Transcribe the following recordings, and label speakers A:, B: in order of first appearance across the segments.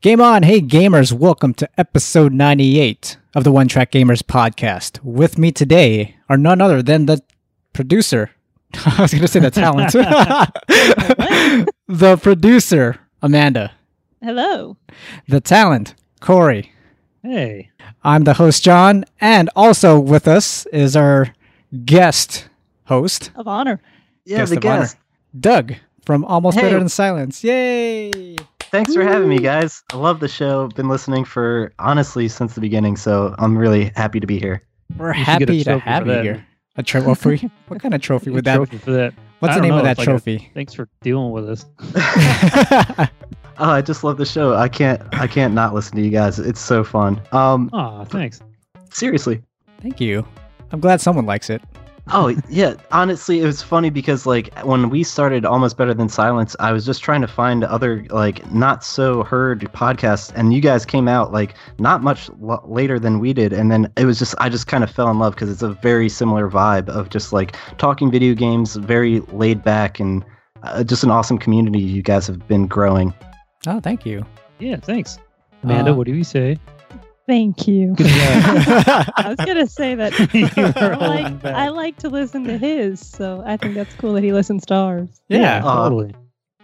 A: Game on. Hey, gamers. Welcome to episode 98 of the One Track Gamers podcast. With me today are none other than the producer. I was going to say the talent. the producer, Amanda.
B: Hello.
A: The talent, Corey.
C: Hey.
A: I'm the host, John. And also with us is our guest host,
B: Of honor.
C: Yeah,
A: Guest
C: the
A: of honor.
C: guest.
A: Doug from Almost
C: Hey.
A: Better Than Silence. Yay.
C: Thanks for having me, guys. I love the show. Been listening for honestly since the beginning, so I'm really happy to be here.
A: We're
D: You should get a
A: happy to
D: trophy for
A: have you
D: that.
A: here. A trophy? what kind of trophy would that
D: Trophy for that.
A: What's the
D: I don't
A: name of
D: know,
A: that
D: it's like a-
A: trophy?
D: Thanks for dealing with us.
C: Oh, I just love the show. I can't I can't not listen to you guys. It's so fun. Um
D: Aw, thanks.
C: seriously.
A: Thank you. I'm glad someone likes it.
C: Oh, yeah. Honestly, it was funny because like when we started Almost Better Than Silence, I was just trying to find other like not so heard podcasts and you guys came out like not much l- later than we did and then it was just I just kind of fell in love because it's a very similar vibe of just like talking video games, very laid back and uh, just an awesome community you guys have been growing.
A: Oh, thank you.
D: Yeah, thanks. Amanda,
A: Uh,
D: what do you say?
B: Thank you.
D: Good job.
B: I was gonna say that
D: You
B: I
D: were holding
B: like,
D: back.
B: I like to listen to his, so I think that's cool that he listens to ours.
A: yeah.
C: Uh,
D: totally.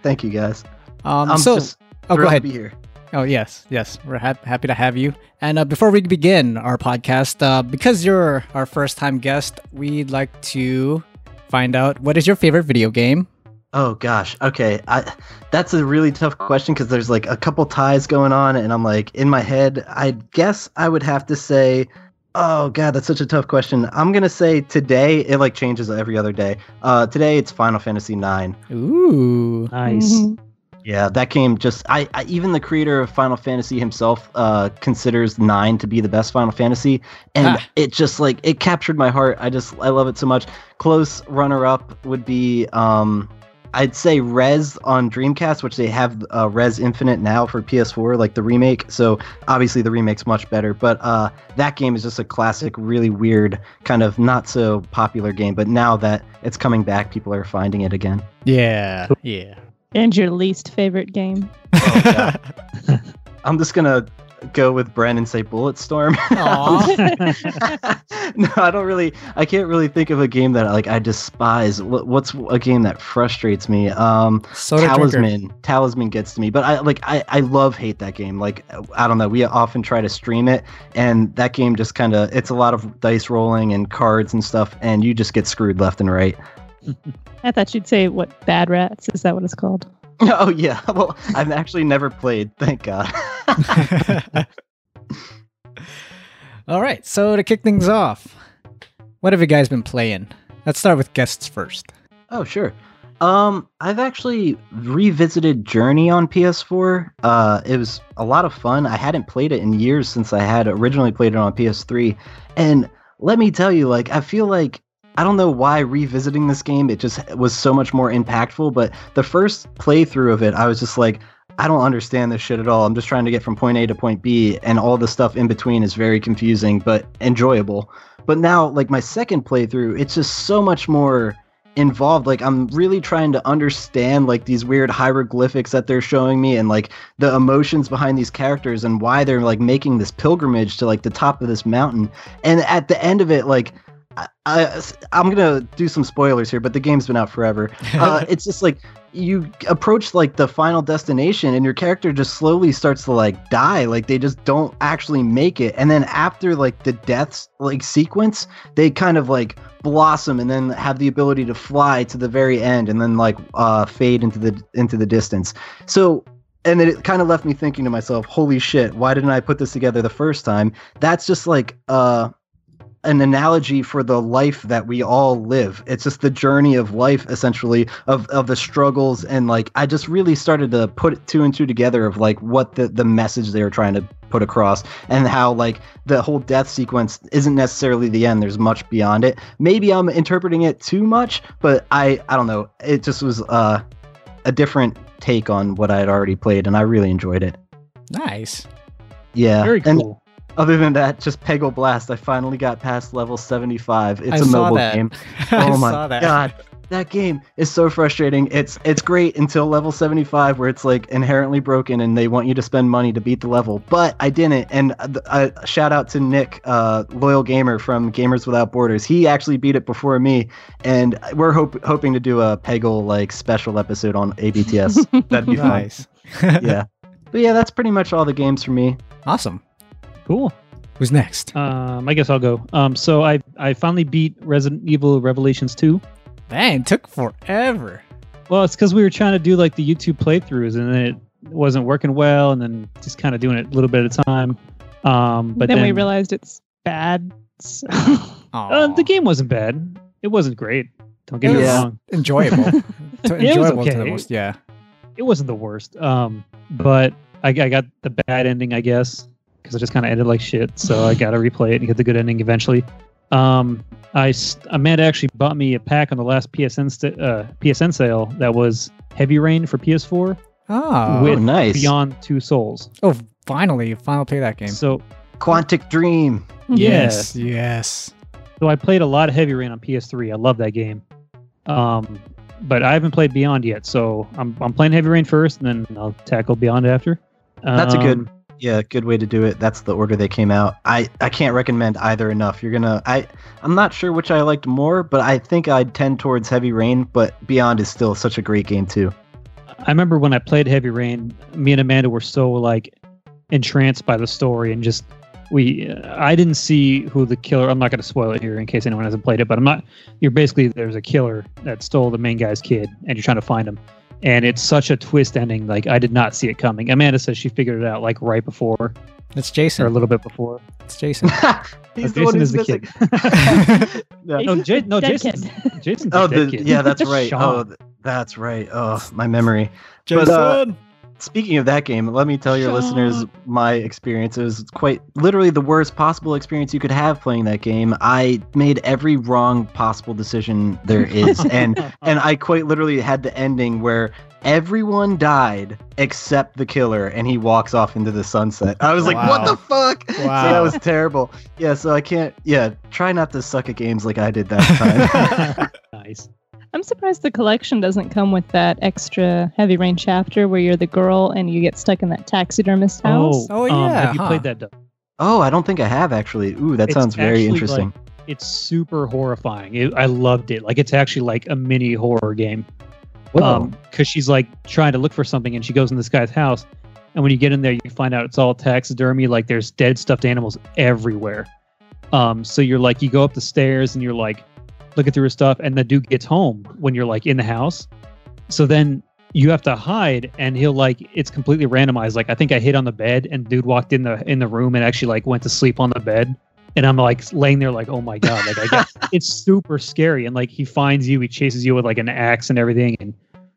C: Thank you guys.
A: Um, so,
C: just
A: oh, go
C: thrilled
A: ahead.
C: to be here.
A: Oh, yes, yes. We're hap happy to have you. And uh, before we begin our podcast, uh, because you're our first time guest, we'd like to find out what is your favorite video game?
C: Oh gosh. Okay. I that's a really tough question because there's like a couple ties going on, and I'm like in my head. I guess I would have to say, oh god, that's such a tough question. I'm gonna say today it like changes every other day. Uh, today it's Final Fantasy IX.
A: Ooh.
D: Nice.
B: Mhm.
C: Yeah, that game just I, I even the creator of Final Fantasy himself uh, considers nine to be the best Final Fantasy, and
A: Ah.
C: it just like it captured my heart. I just I love it so much. Close runner up would be um, I'd say Res on Dreamcast, which they have uh, Res Infinite now for PS4, like the remake. So obviously the remake's much better, but uh, that game is just a classic, really weird kind of not so popular game. But now that it's coming back, people are finding it again.
A: Yeah. Yeah.
B: And your least favorite game.
C: Oh, I'm just gonna go with Bren and say Bulletstorm.
A: Aw.
C: mm-hmm. no, I don't really. I can't really think of a game that like I despise. What, what's a game that frustrates me? Um,
A: Soda
C: Talisman.
A: drinker.
C: Talisman gets to me, but I like I I love hate that game. Like I don't know. We often try to stream it, and that game just kind of it's a lot of dice rolling and cards and stuff, and you just get screwed left and right.
B: I thought you'd say what bad rats is that what it's called?
C: Oh yeah. Well, I've actually never played. Thank God.
A: All right. So to kick things off, what have you guys been playing? Let's start with guests first.
C: Oh, sure. Um, I've actually revisited Journey on PS4. Uh, it was a lot of fun. I hadn't played it in years since I had originally played it on PS3. And let me tell you, like, I feel like I don't know why revisiting this game, it just was so much more impactful. But the first playthrough of it, I was just like, I don't understand this shit at all. I'm just trying to get from point A to point B, and all the stuff in between is very confusing but enjoyable. But now, like, my second playthrough, it's just so much more involved like i'm really trying to understand like these weird hieroglyphics that they're showing me and like the emotions behind these characters and why they're like making this pilgrimage to like the top of this mountain and at the end of it like I, I, i'm gonna do some spoilers here but the game's been out forever uh, it's just like you approach like the final destination and your character just slowly starts to like die like they just don't actually make it and then after like the deaths like sequence they kind of like blossom and then have the ability to fly to the very end and then like uh, fade into the into the distance. So and then it kind of left me thinking to myself, holy shit, why didn't I put this together the first time? That's just like uh an analogy for the life that we all live. It's just the journey of life essentially of of the struggles and like I just really started to put two and two together of like what the the message they were trying to put across and how like the whole death sequence isn't necessarily the end. There's much beyond it. Maybe I'm interpreting it too much, but I I don't know. It just was uh, a different take on what I had already played, and I really enjoyed it.
A: Nice.
C: Yeah,
D: Very
C: and
D: cool.
C: Other than that, just Peggle Blast. I finally got past level 75. It's
A: I
C: a
A: saw
C: mobile
A: that.
C: game.
A: I
C: Oh my
A: saw that.
C: god. That game is so frustrating. It's it's great until level 75 where it's like inherently broken and they want you to spend money to beat the level. But I didn't. And uh, th- uh, shout out to Nick, uh, loyal gamer from Gamers Without Borders. He actually beat it before me and we're hope- hoping to do a Peggle like special episode on ABTS. That'd be fun.
A: Nice.
C: Yeah. But yeah, that's pretty much all the games for me.
A: Awesome.
D: Cool.
A: Who's next?
D: Um, I guess I'll go. Um, so I I finally beat Resident Evil Revelations 2.
A: Man, took forever.
D: Well, it's because we were trying to do like the YouTube playthroughs, and then it wasn't working well, and then just kind of doing it a little bit at a time. Um, but
B: then, we realized it's bad. So
D: uh,
A: Aw.
D: the game wasn't bad. It wasn't great. Don't get me
C: Yeah.
D: wrong.
A: enjoyable. to
D: It was
A: enjoyable to the
D: okay.
A: most, yeah.
D: It wasn't the worst. Um, but I, I got the bad ending, I guess, because I just kind of ended like shit. So I got to replay it and get the good ending eventually. Um, I s- Amanda actually bought me a pack on the last PSN st- uh, PSN sale that was Heavy Rain for PS4,
A: Oh,
D: With
C: oh, nice.
D: Beyond Two Souls.
A: oh finally, you finally play that game.
D: So
C: Quantic Dream.
A: Yes, yes.
D: So I played a lot of Heavy Rain on PS3. I love that game. Um, but I haven't played Beyond yet, so I'm, I'm playing Heavy Rain first, and then I'll tackle Beyond after.
C: That's a good-
D: Um,
C: Yeah, good way to do it. That's the order they came out. I I can't recommend either enough. You're gonna I I'm not sure which I liked more, but I think I'd tend towards Heavy Rain. But Beyond is still such a great game too.
D: I remember when I played Heavy Rain, me and Amanda were so like entranced by the story and just we. I didn't see who the killer. I'm not going to spoil it here in case anyone hasn't played it, but I'm not. You're basically there's a killer that stole the main guy's kid, and you're trying to find him. And it's such a twist ending. Like I did not see it coming. Amanda says she figured it out like right before
A: It's
D: or a
A: Jason.
D: little bit before.
A: It's Jason.
C: He's
D: Jason is the
C: missing.
D: kid.
C: Yeah.
D: No, Ja- no,
B: Dead
D: Jason's-
B: kid.
D: Jason's
C: Oh,
D: the dead
C: the,
D: kid.
C: yeah, that's right.
D: Sean.
C: Oh, th- that's right. Oh, my memory.
A: Jason.
C: But, uh, Speaking of that game, let me tell your listeners
D: Sean.
C: my experience. It was quite literally the worst possible experience you could have playing that game. I made every wrong possible decision there is, and and I quite literally had the ending where everyone died except the killer, and he walks off into the sunset. I was like, what
A: Wow.
C: the fuck? So that
A: Wow.
C: was terrible. Yeah, so I can't. Yeah, try not to suck at games like I did that time.
D: nice.
B: I'm surprised the collection doesn't come with that extra heavy rain chapter where you're the girl and you get stuck in that taxidermist house.
A: Oh,
D: um,
A: yeah,
D: have you
A: huh.
D: played that? Doug?
C: oh, I don't think I have actually. Ooh, that
D: It's
C: sounds very
D: actually,
C: interesting.
D: like, it's super horrifying. It, I loved it. Like it's actually like a mini horror game.
C: Whoa.
D: because um, she's like trying to look for something, and she goes in this guy's house, and when you get in there, you find out it's all taxidermy. Like there's dead stuffed animals everywhere. Um, so you're like, you go up the stairs, and you're like looking through his stuff, and the dude gets home when you're like in the house. So then you have to hide, and he'll like it's completely randomized. Like I think I hit on the bed, and dude walked in the in the room and actually like went to sleep on the bed. And I'm like laying there, like, oh my god, like I guess it's super scary. And like he finds you, he chases you with like an axe and everything, and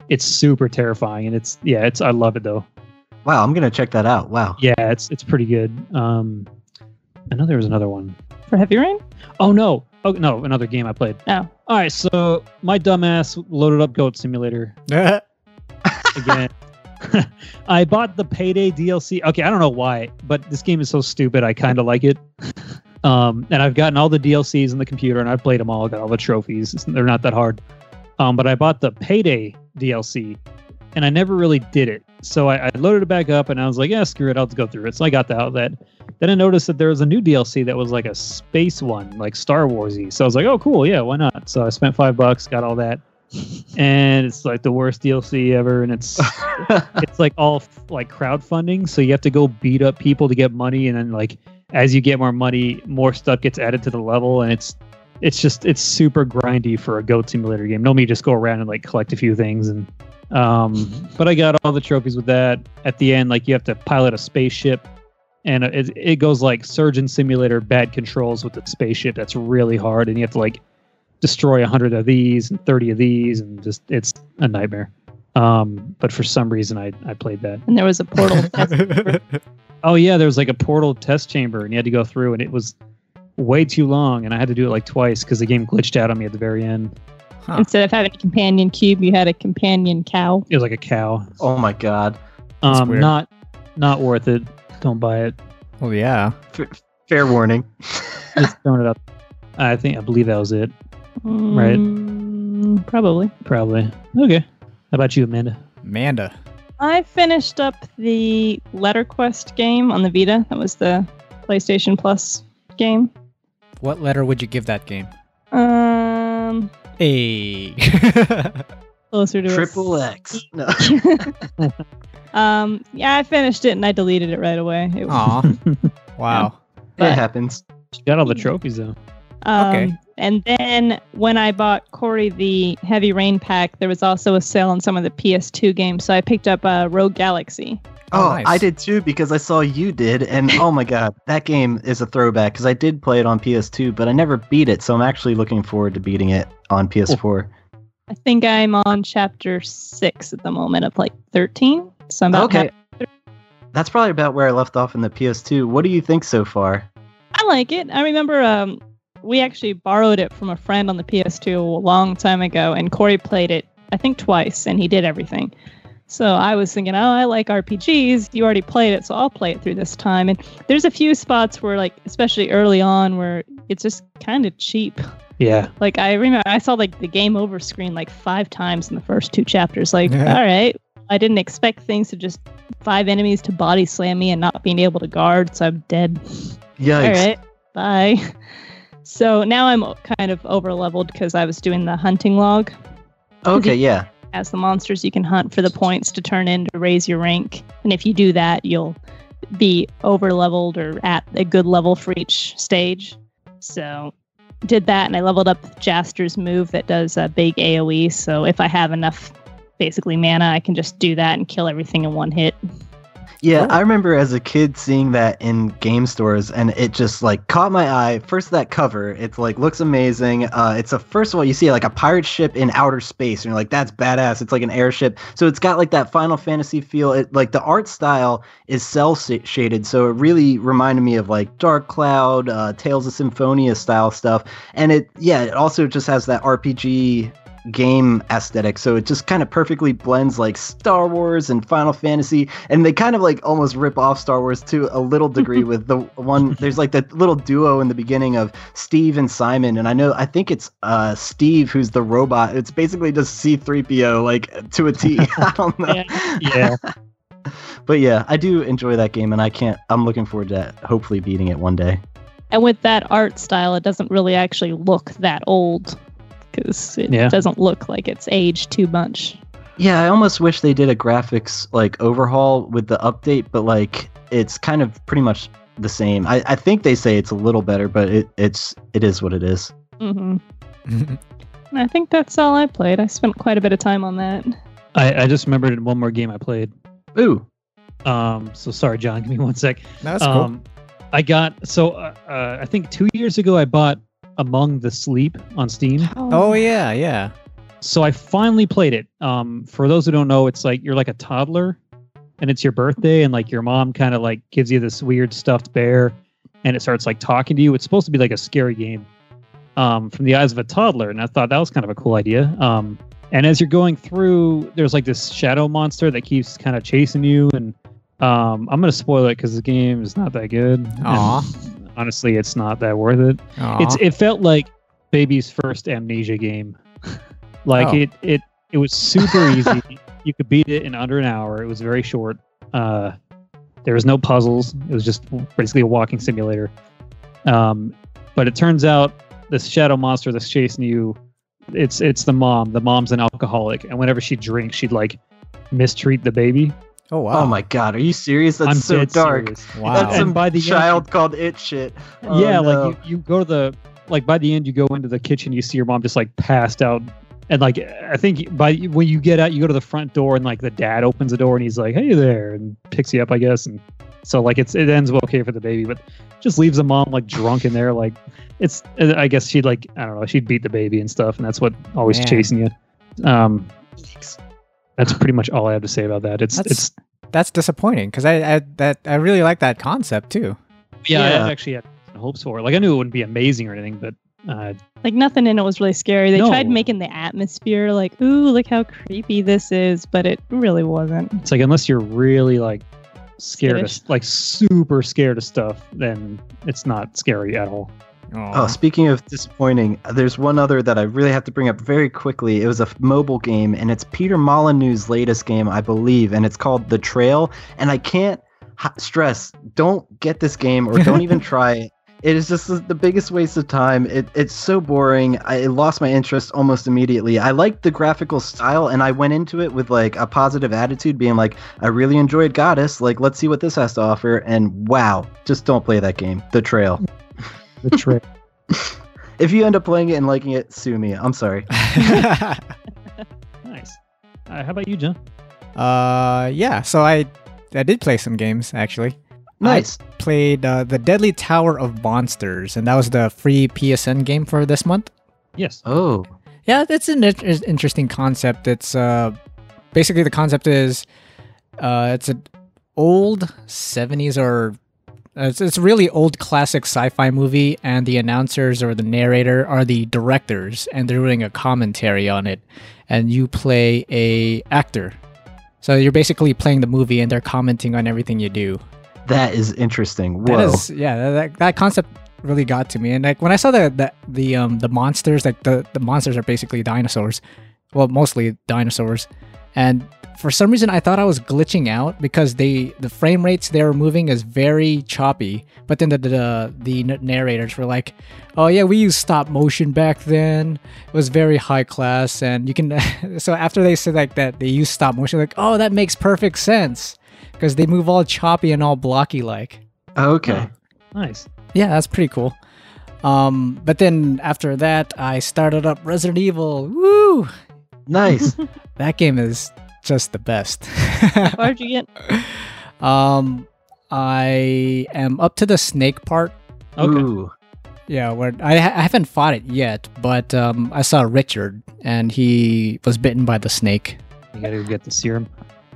D: it's super terrifying and it's yeah it's i love it though
C: Wow, I'm gonna check that out. Wow.
D: yeah it's it's pretty good um i know there was another one.
B: For heavy rain?
D: Oh no oh no another game i played
B: Oh.
D: all right so my dumbass loaded up goat simulator again i bought the payday dlc okay i don't know why but this game is so stupid i kind of like it um and i've gotten all the dlcs on the computer and i've played them all got all the trophies It's- they're not that hard um but i bought the payday dlc and i never really did it so I, I loaded it back up and i was like yeah screw it i'll just go through it so i got the outlet then i noticed that there was a new dlc that was like a space one like star warsy so i was like oh cool yeah why not so i spent five bucks got all that and it's like the worst dlc ever and it's it's like all f- like crowdfunding so you have to go beat up people to get money and then like as you get more money more stuff gets added to the level and it's it's just it's super grindy for a goat simulator game normally you just go around and like collect a few things and um but i got all the trophies with that at the end like you have to pilot a spaceship and it, it goes like surgeon simulator bad controls with the spaceship that's really hard and you have to like destroy 100 of these and 30 of these and just it's a nightmare um but for some reason i i played that
B: And there was a portal. test.
D: oh yeah there was like a portal test chamber and you had to go through and it was way too long and i had to do it like twice because the game glitched out on me at the very end
A: Huh.
B: Instead of having a companion cube, you had a companion cow.
D: it was like a cow
C: oh my god.
A: That's
D: um
A: weird.
D: not not worth it don't buy it
A: Well, Oh, yeah.
C: F- fair warning.
D: Just throwing it up. I think I believe that was it. Right.
B: Mm, probably.
D: Probably. Okay. How about you, Amanda?
A: Amanda.
B: I finished up the Letter Quest game on the Vita. That was the PlayStation Plus game.
A: What letter would you give that game?
B: Um,
A: A.
B: closer to a
C: Triple X. No.
B: um, yeah, I finished it and I deleted it right away. It,
A: Aw. Wow.
C: it
B: But-
C: happens.
D: She got all the trophies though.
B: um,
A: okay.
B: And then when I bought Corey the Heavy Rain pack, there was also a sale on some of the PS2 games, so I picked up uh, Rogue Galaxy.
A: Oh,
C: Oh,
A: nice.
C: I did too because I saw you did, and oh my god, that game is a throwback because I did play it on PS2, but I never beat it, so I'm actually looking forward to beating it on PS4.
B: I think I'm on chapter six at the moment of like 13. So I'm about
C: Okay.
B: half-
C: That's probably about where I left off in the PS2. What do you think so far?
B: I like it. I remember um, we actually borrowed it from a friend on the PS2 a long time ago, and Corey played it, I think, twice, and he did everything. So I was thinking, oh, I like RPGs. You already played it, so I'll play it through this time. And there's a few spots where, like, especially early on, where it's just kind of cheap.
D: Yeah.
B: Like I remember, I saw like the game over screen like five times in the first two chapters. Like,
A: Yeah.
B: all right, I didn't expect things to just five enemies to body slam me and not being able to guard, so I'm dead. All
C: Yikes!
B: right, bye. So now I'm kind of over leveled because I was doing the hunting log.
C: Okay, yeah,
B: As the monsters, you can hunt for the points to turn in to raise your rank, and if you do that, you'll be over leveled or at a good level for each stage. So did that, and I leveled up Jaster's move that does a big AOE. So if I have enough, basically mana, I can just do that and kill everything in one hit.
C: yeah.
A: Cool.
C: I remember as a kid seeing that in game stores, and it just like caught my eye. First, that cover, it's like looks amazing. Uh, it's a first of all, you see like a pirate ship in outer space, and you're like, that's badass. It's like an airship, so it's got like that Final Fantasy feel. It like the art style is cell sa- shaded, so it really reminded me of like Dark Cloud, uh, Tales of Symphonia style stuff. And it, yeah, it also just has that RPG game aesthetic. So it just kind of perfectly blends like Star Wars and Final Fantasy. And they kind of like almost rip off Star Wars to a little degree with the one, there's like that little duo in the beginning of Steve and Simon. And I know, I think it's uh, Steve who's the robot. It's basically just C3PO, like to a T. I don't know.
D: Yeah.
C: But yeah, I do enjoy that game, and I can't. I'm looking forward to hopefully beating it one day.
B: And with that art style, it doesn't really actually look that old because it
D: Yeah.
B: doesn't look like it's aged too much.
C: Yeah, I almost wish they did a graphics like overhaul with the update, but like it's kind of pretty much the same. I, I think they say it's a little better, but it, it's it is what it is.
B: hmm And I think that's all I played. I spent quite a bit of time on that.
D: I, I just remembered one more game I played.
C: Ooh,
D: Um. So sorry, John. Give me one sec.
A: That's cool.
D: Um, I got so uh, uh, I think two years ago I bought Among the Sleep on Steam.
A: Oh yeah, yeah.
D: So I finally played it. Um, for those who don't know, it's like you're like a toddler, and it's your birthday, and like your mom kind of like gives you this weird stuffed bear, and it starts like talking to you. It's supposed to be like a scary game, um, from the eyes of a toddler, and I thought that was kind of a cool idea. Um, and as you're going through, there's like this shadow monster that keeps kind of chasing you, and um, I'm gonna spoil it because the game is not that good. and
A: Aw.
D: Honestly, it's not that worth it
A: Aw.
D: it's it felt like baby's first amnesia game like
A: Oh.
D: it it it was super easy you could beat it in under an hour it was very short uh there was no puzzles it was just basically a walking simulator um but it turns out this shadow monster that's chasing you it's it's the mom the mom's an alcoholic and whenever she drinks she'd like mistreat the baby
A: oh wow.
C: oh my god, are you serious? That's
D: i'm
C: so
D: dead
C: dark.
D: serious.
A: Wow.
C: That's
D: And
C: some
D: by the end-
C: child called it shit. Oh,
D: yeah,
C: no.
D: like you, you go to the like by the end you go into the kitchen, you see your mom just like passed out, and like I think by when you get out, you go to the front door and like the dad opens the door and he's like, "Hey there," and picks you up, I guess, and so like it's it ends okay for the baby, but just leaves the mom like drunk in there, like it's uh, I guess she'd like I don't know she'd beat the baby and stuff, and that's what always
A: Man.
D: chasing you. Um, that's pretty much all I have to say about that. It's
A: That's-
D: it's
A: That's disappointing because I, I that I really like that concept too.
D: yeah,
C: Yeah.
D: I actually had hopes for it. Like I knew it wouldn't be amazing or anything, but uh,
B: Like nothing in it was really scary. They
D: No.
B: tried making the atmosphere like, ooh, look how creepy this is, but it really wasn't.
D: It's like unless you're really like scared of, like super scared of stuff, then it's not scary at all.
C: Oh, speaking of disappointing, there's one other that I really have to bring up very quickly. It was a f- mobile game, and it's Peter Molyneux's latest game, I believe, and it's called The Trail. And I can't h- stress, don't get this game or don't even try it. It is just the- the biggest waste of time. It, it's so boring. I it lost my interest almost immediately. I liked the graphical style, and I went into it with like a positive attitude, being like, I really enjoyed Goddess. Like, let's see what this has to offer. And wow, just don't play that game, The Trail.
D: The trick.
C: If you end up playing it and liking it, sue me. I'm sorry.
D: nice. Uh, how about you, John?
A: uh, yeah. So I I did play some games actually.
C: Nice.
A: Played uh, the Deadly Tower of Monsters, and that was the free PSN game for this month.
D: Yes.
C: Oh,
A: Yeah, it's an in- is- interesting concept. It's uh, basically the concept is uh, it's an old '70s or uh, it's it's a really old classic sci-fi movie, and the announcers or the narrator are the directors, and they're doing a commentary on it, and you play a actor. So you're basically playing the movie, and they're commenting on everything you do.
C: that is interesting. Whoa.
A: That is, yeah, that, that, that concept really got to me. And like when I saw the the, the um the monsters, like the, the monsters are basically dinosaurs. Well, mostly dinosaurs. And for some reason I thought I was glitching out because they the frame rates they were moving is very choppy. But then the the, the n- narrators were like, "Oh yeah, we used stop motion back then. It was very high class." And you can so after they said like that they used stop motion like, "Oh, that makes perfect sense." Because they move all choppy and all blocky like.
C: Okay.
D: Ah, Nice.
A: Yeah, that's pretty cool. Um, but then after that, I started up Resident Evil. Woo!
C: Nice.
A: That game is just the best.
B: Why'd you get?
A: um, I am up to the snake part.
D: Okay.
C: Ooh.
A: Yeah, where I, ha- I haven't fought it yet, but um, I saw Richard and he was bitten by the snake.
D: You gotta go get the serum.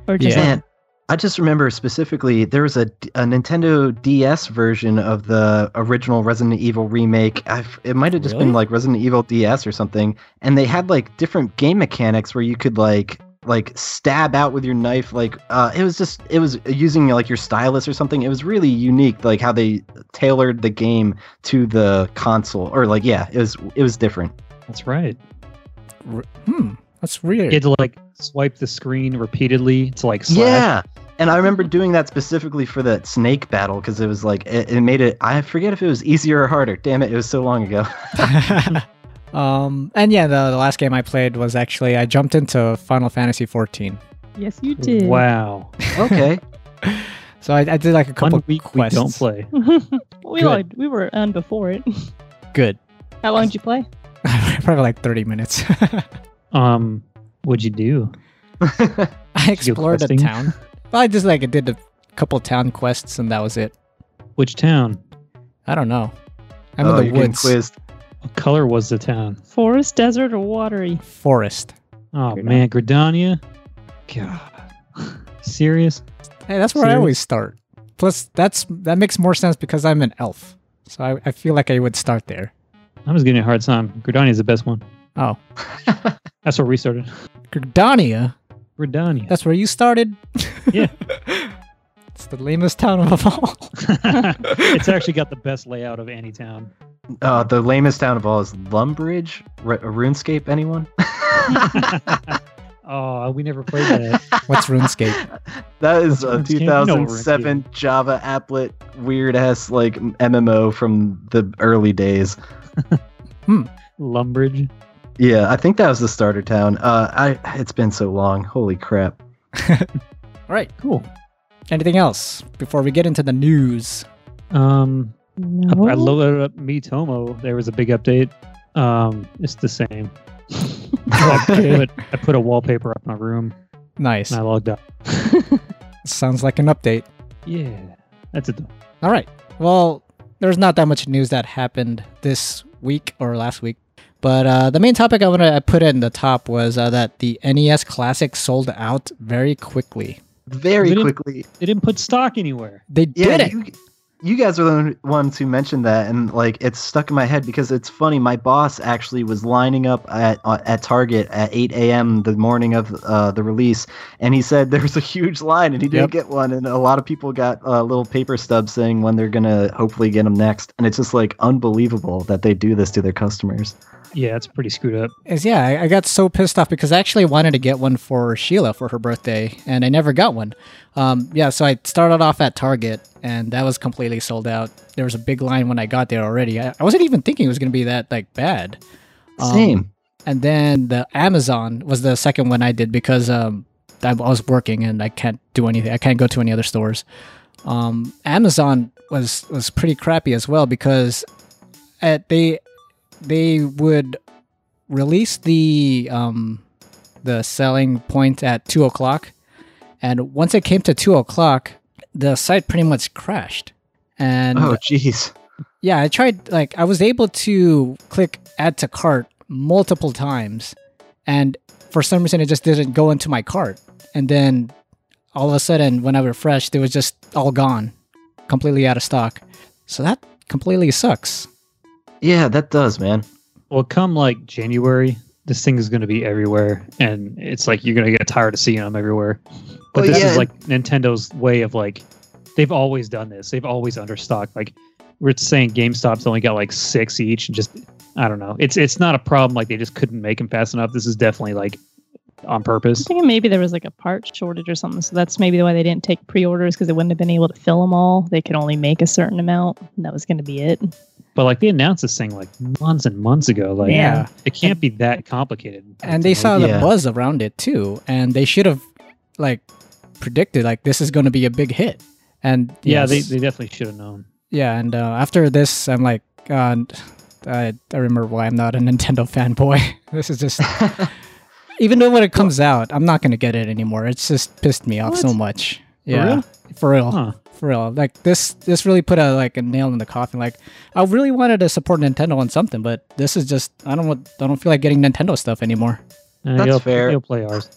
B: Or just
A: Yeah.
B: like,
C: Man, I just remember specifically there was a, a Nintendo DS version of the original Resident Evil remake. I've, it might have just
A: Really?
C: been like Resident Evil DS or something, and they had like different game mechanics where you could like like stab out with your knife like uh it was just it was using like your stylus or something it was really unique like how they tailored the game to the console or like yeah it was it was different
D: That's right.
A: R- hmm, that's weird.
D: You had to like swipe the screen repeatedly to like slash.
C: Yeah. And I remember doing that specifically for that snake battle because it was like, it, it made it, I forget if it was easier or harder. Damn it, it was so long ago.
A: um, and yeah, the, the last game I played was actually I jumped into Final Fantasy 14.
B: yes, you did.
D: Wow.
C: okay.
A: So I, I did like a couple
D: One week
A: quests.
D: we don't play.
B: we
A: Good.
B: logged, we were on before it.
A: Good.
B: How long did you play?
A: Probably like 30 minutes.
D: Um, what'd you do?
A: I explored a
D: questing?
A: town. Well, I just like did a couple town quests and that was it.
D: Which town?
A: I don't know. I'm in
C: oh, you're
A: the
C: getting
A: woods,
C: quizzed.
D: What color was the town?
B: Forest, desert, or watery?
A: forest.
D: Oh
B: Gridania.
D: man, Gridania. God. Serious?
A: Hey, that's where I
D: Serious?
A: always start. Plus, that's that makes more sense because I'm an elf, so I, I feel like I would start there.
D: I was getting a hard time. Gridania's the best one.
A: Oh,
D: That's where we started.
A: Gridania.
D: Gridania.
A: That's where you started.
D: Yeah.
A: it's the lamest town of all.
D: it's actually got the best layout of any town.
C: Uh, the lamest town of all is Lumbridge? R- RuneScape, anyone?
D: oh, we never played that.
A: What's RuneScape?
C: That is a
D: What's RuneScape? You know what
C: 2007 Java applet, weird ass like MMO from the early days.
D: Lumbridge.
C: Yeah, I think that was the starter town. Uh, I It's been so long. Holy crap.
A: All right.
D: Cool.
A: Anything else before we get into the news?
D: Um, I-
B: No.
D: I loaded up Mitomo. There was a big update. Um, it's the same. I, put, I put a wallpaper up my room
A: Nice.
D: and I logged out.
A: Sounds like an update.
D: Yeah, that's it. though.
A: All right. Well, there's not that much news that happened this week or last week. But uh, the main topic I want to put in the top was uh, that the NES Classic sold out very quickly.
C: Very
D: Didn't-
C: quickly.
D: They didn't put stock anywhere.
A: They
C: Yeah,
A: did it.
C: you, you guys are the only ones who mentioned that, and like it's stuck in my head because it's funny. My boss actually was lining up at uh, at Target at 8 a.m. the morning of uh, the release, and he said there was a huge line, and he didn't get one, and a lot of people got uh, little paper stubs saying when they're gonna hopefully get them next, and it's just like unbelievable that they do this to their customers.
D: Yeah, it's pretty screwed up.
A: Is yeah, I, I got so pissed off because I actually wanted to get one for Sheila for her birthday, and I never got one. Um, yeah, so I started off at Target, and that was completely sold out. There was a big line when I got there already. I, I wasn't even thinking it was going to be that like bad. Um,
C: Same.
A: And then the Amazon was the second one I did because um, I, I was working and I can't do anything. I can't go to any other stores. Um, Amazon was was pretty crappy as well because at they they would release the um, the selling point at two o'clock, and once it came to two o'clock, the site pretty much crashed. And
C: Oh, jeez.
A: yeah, I tried like I was able to click add to cart multiple times and for some reason it just didn't go into my cart. And then all of a sudden when I refreshed it was just all gone. Completely out of stock. So that completely sucks.
C: Yeah, that does, man.
D: Well, come like January, this thing is going to be everywhere, and it's like you're going to get tired of seeing them everywhere. But
C: Well,
D: this
C: yeah,
D: is like Nintendo's way of like, they've always done this. They've always understocked. Like we're saying, GameStop's only got like six each, and just I don't know. It's it's not a problem. Like they just couldn't make them fast enough. This is definitely like on
B: I'm
D: purpose.
B: thinking maybe there was like a part shortage or something, so that's maybe why they didn't take pre-orders because they wouldn't have been able to fill them all. They could only make a certain amount, and that was going to be it.
D: But like they announced this thing like months and months ago. Like
A: Yeah.
D: it can't be that complicated.
A: And they saw the
C: Yeah.
A: buzz around it too. And they should have like predicted like this is gonna be a big hit. And
D: yeah, they,
A: yes.
D: they definitely should have known.
A: yeah and uh, after this i'm like uh, I, I remember why i'm not a nintendo fanboy this is just even though when it comes out i'm not going to get it anymore it's just pissed me off so much yeah
D: real?
A: for real
D: Huh.
A: for real like this this really put a like a nail in the coffin like i really wanted to support nintendo on something but this is just i don't want i don't feel like getting nintendo stuff anymore
D: Uh,
C: That's
D: you'll-
C: fair.
D: You'll play ours.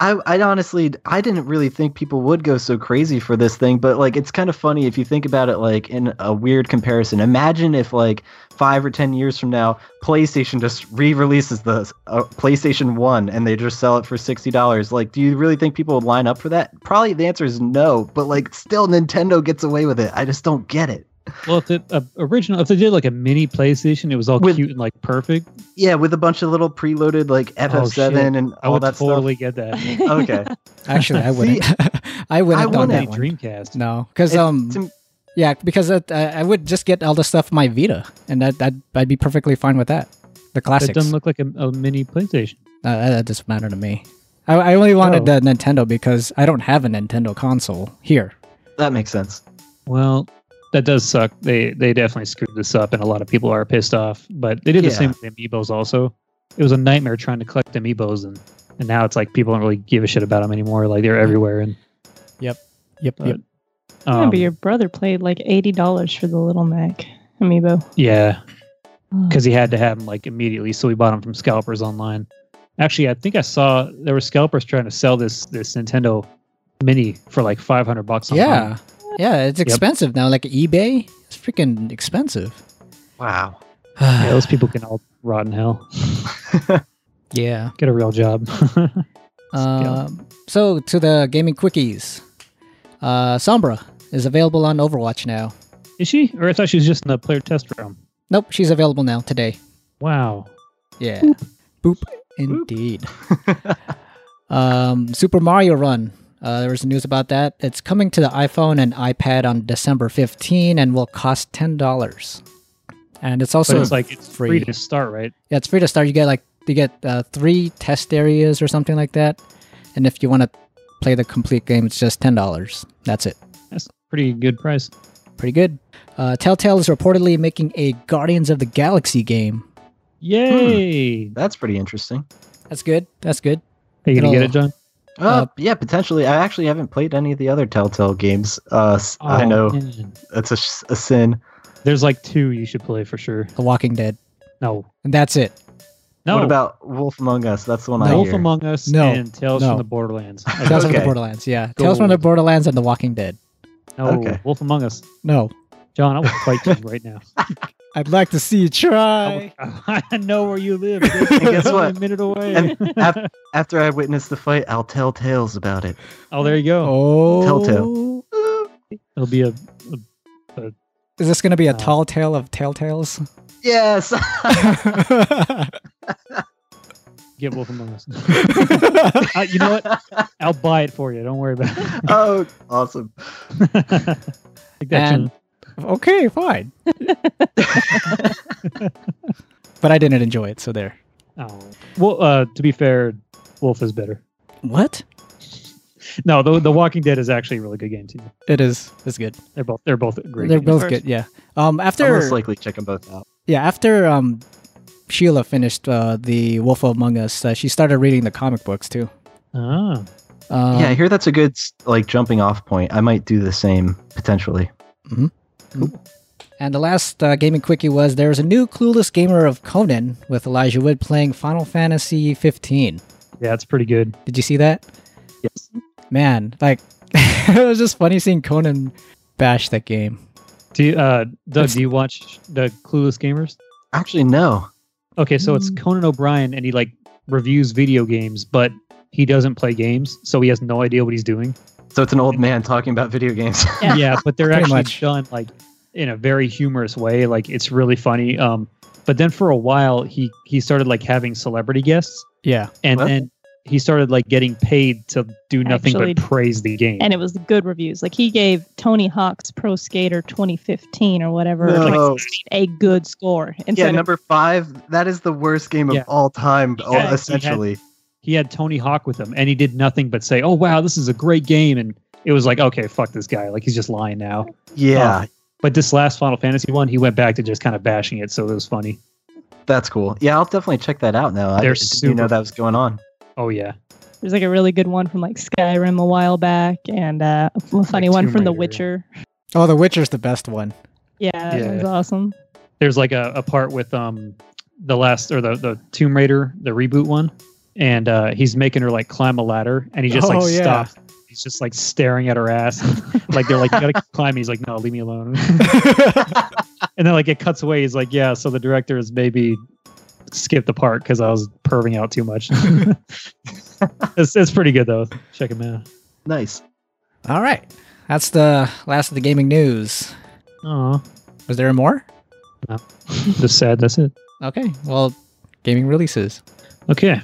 C: I, I honestly I didn't really think people would go so crazy for this thing, but like it's kind of funny if you think about it like in a weird comparison. Imagine if like five or ten years from now, PlayStation just re-releases the uh, PlayStation One and they just sell it for sixty dollars. Like, do you really think people would line up for that? Probably the answer is no, but like still Nintendo gets away with it. I just don't get it.
D: Well, if the uh, original, if they did like a mini PlayStation, it was all
C: With-
D: cute and like perfect.
C: Yeah, with a bunch of little preloaded like FF7 and
D: Oh, I
C: all
D: would
C: that
D: totally get that.
C: stuff. Okay,
A: actually i wouldn't i wouldn't
C: I
A: have done
C: want a
A: that
D: Maybe
A: one.
D: Dreamcast.
A: no because
C: It-
A: um
C: to-
A: yeah because it, I, I would just get all the stuff my vita and that, that i'd be perfectly fine with that the
D: That
A: classics
D: doesn't look like a, a mini PlayStation.
A: Uh, that, that doesn't matter to me. I, I only wanted
D: Oh.
A: the Nintendo because I don't have a Nintendo console here.
C: that makes sense.
D: Well, that does suck. They they definitely screwed this up, and a lot of people are pissed off. But they did the
C: Yeah.
D: same with the amiibos. Also, it was a nightmare trying to collect amiibos, and and now it's like people don't really give a shit about them anymore. Like they're everywhere, and
A: Yep.
D: But-
A: yep.
B: I
D: um,
B: remember your brother played like eighty dollars for the Little Mac amiibo.
D: yeah,
B: Oh.
D: because he had to have them like immediately. So we bought them from scalpers online. Actually, I think I saw there were scalpers trying to sell this this Nintendo Mini for like five hundred bucks. online.
A: Yeah. Yeah. It's expensive now. Like eBay, it's freaking expensive.
C: Wow.
D: yeah, those people can all rot in hell.
A: yeah.
D: Get a real job.
A: Um, so to the gaming quickies, uh, Sombra is available on Overwatch now.
D: Is she? Or I thought she was just in the player test room.
A: Nope, she's available now today.
D: Wow.
A: Yeah. Boop. Indeed. um, Super Mario Run. Uh, there was news about that. It's coming to the iPhone and iPad on December 15 and will cost $10. And it's also
D: But it's like it's free.
A: free.
D: to start, right?
A: yeah, it's free to start. You get like you get uh, three test areas or something like that. And if you want to play the complete game, it's just $10. That's it.
D: That's a pretty good price.
A: Pretty good. Uh, Telltale is reportedly making a Guardians of the Galaxy game.
D: Yay!
C: That's pretty interesting.
A: That's good. That's good.
D: Are you gonna get
A: It'll-
D: it, John?
C: Uh,
A: Uh,
C: yeah, potentially. I actually haven't played any of the other Telltale games. Uh, s- I
D: Oh,
C: know
D: man.
C: that's a, sh- a sin.
D: There's like two you should play for sure.
A: The Walking Dead.
D: No,
A: And that's it.
D: no.
C: What about Wolf Among Us? That's the one I
D: Wolf
C: hear.
D: Among Us
A: No.
D: and Tales
A: No.
D: from the Borderlands?
A: Tales from
C: Okay.
A: the Borderlands, yeah. Tales from
D: Gold.
A: the Borderlands and The Walking Dead.
D: No,
C: Okay.
D: Wolf Among Us.
A: No.
D: John, I will fight you right now.
A: I'd like to see you try.
D: I know where you live. dude. You're
C: guess
D: only
C: what?
D: A minute away.
C: And- After I witness the fight, I'll tell tales about it.
D: oh, there you go.
A: Oh,
C: Telltale.
D: It'll be a.
A: Is this gonna be a
D: Oh.
A: tall tale of telltales?
C: Yes.
D: Get Wolf Among Us. Uh, you know what? I'll buy it for you. Don't worry about it.
C: oh, awesome.
D: Take that,
A: And-
D: John.
A: okay, fine. but I didn't enjoy it, so there.
D: Oh. Well, uh, to be fair, Wolf is better.
A: What?
D: No, the, the Walking Dead is actually a really good game too.
A: It is. It's good.
D: They're both they're both great.
A: They're
D: games.
A: both
B: First.
A: good. Yeah. Um.
C: I'll
A: After
C: most likely check them both out.
A: yeah. After um, Sheila finished uh, the Wolf Among Us, uh, she started reading the comic books too.
D: Ah,
A: Um,
C: yeah, I hear that's a good like jumping off point. I might do the same potentially.
A: And the last uh, gaming quickie was there was a new clueless gamer of Conan with Elijah Wood playing Final Fantasy 15.
D: yeah, it's pretty good.
A: Did you see that?
C: Yes.
A: Man, like it was just funny seeing Conan bash that game.
D: Do you, uh, Doug?
A: It's-
D: Do you watch the Clueless Gamers?
C: Actually, no.
D: Okay, so it's
B: Mm.
D: Conan O'Brien, and he like reviews video games, but he doesn't play games, so he has no idea what he's doing.
C: So it's an old man talking about video games.
B: Yeah.
D: but they're
A: Pretty
D: actually
A: much.
D: done like in a very humorous way. Like it's really funny. Um, but then for a while, he he started like having celebrity guests,
A: Yeah.
D: and
C: What?
D: then he started like getting paid to do nothing
B: Actually-
D: but praise the game.
B: and it was good reviews. Like he gave Tony Hawk's Pro Skater 2015 or whatever
C: No.
B: like a good score. And
C: yeah,
B: so
C: number five. That is the worst game
D: Yeah.
C: of all time,
D: Yeah, he had-
C: essentially.
D: he had Tony Hawk with him, and he did nothing but say, "Oh wow, this is a great game," and it was like, "Okay, fuck this guy," like he's just lying now.
C: yeah,
D: But this last Final Fantasy one, he went back to just kind of bashing it, so it was funny.
C: that's cool. Yeah, I'll definitely check that out now. I
D: They're
C: didn't even know
D: super-
C: that was going on.
D: Oh yeah,
B: there's like a really good one from like Skyrim a while back and uh, a funny
D: Like
B: one
D: Tomb
B: from The
D: Raider.
B: Witcher.
A: Oh, The Witcher's the best one.
B: Yeah, that
D: Yeah.
B: one's awesome.
D: there's like a, a part with um the last or the the Tomb Raider the reboot one, and uh, he's making her like climb a ladder, and he just like
A: Oh, yeah.
D: stops. He's just like staring at her ass, like they're like, "You gotta keep climbing." He's like, "No, leave me alone." and then like it cuts away. He's like, "Yeah." So the director is maybe skipped the part because I was perving out too much. it's, it's pretty good though. Check him out.
C: Nice.
A: All right. That's the last of the gaming news.
D: Aw,
A: Was there more?
D: just sad. That's it.
A: Okay. Well, gaming releases.
D: Okay,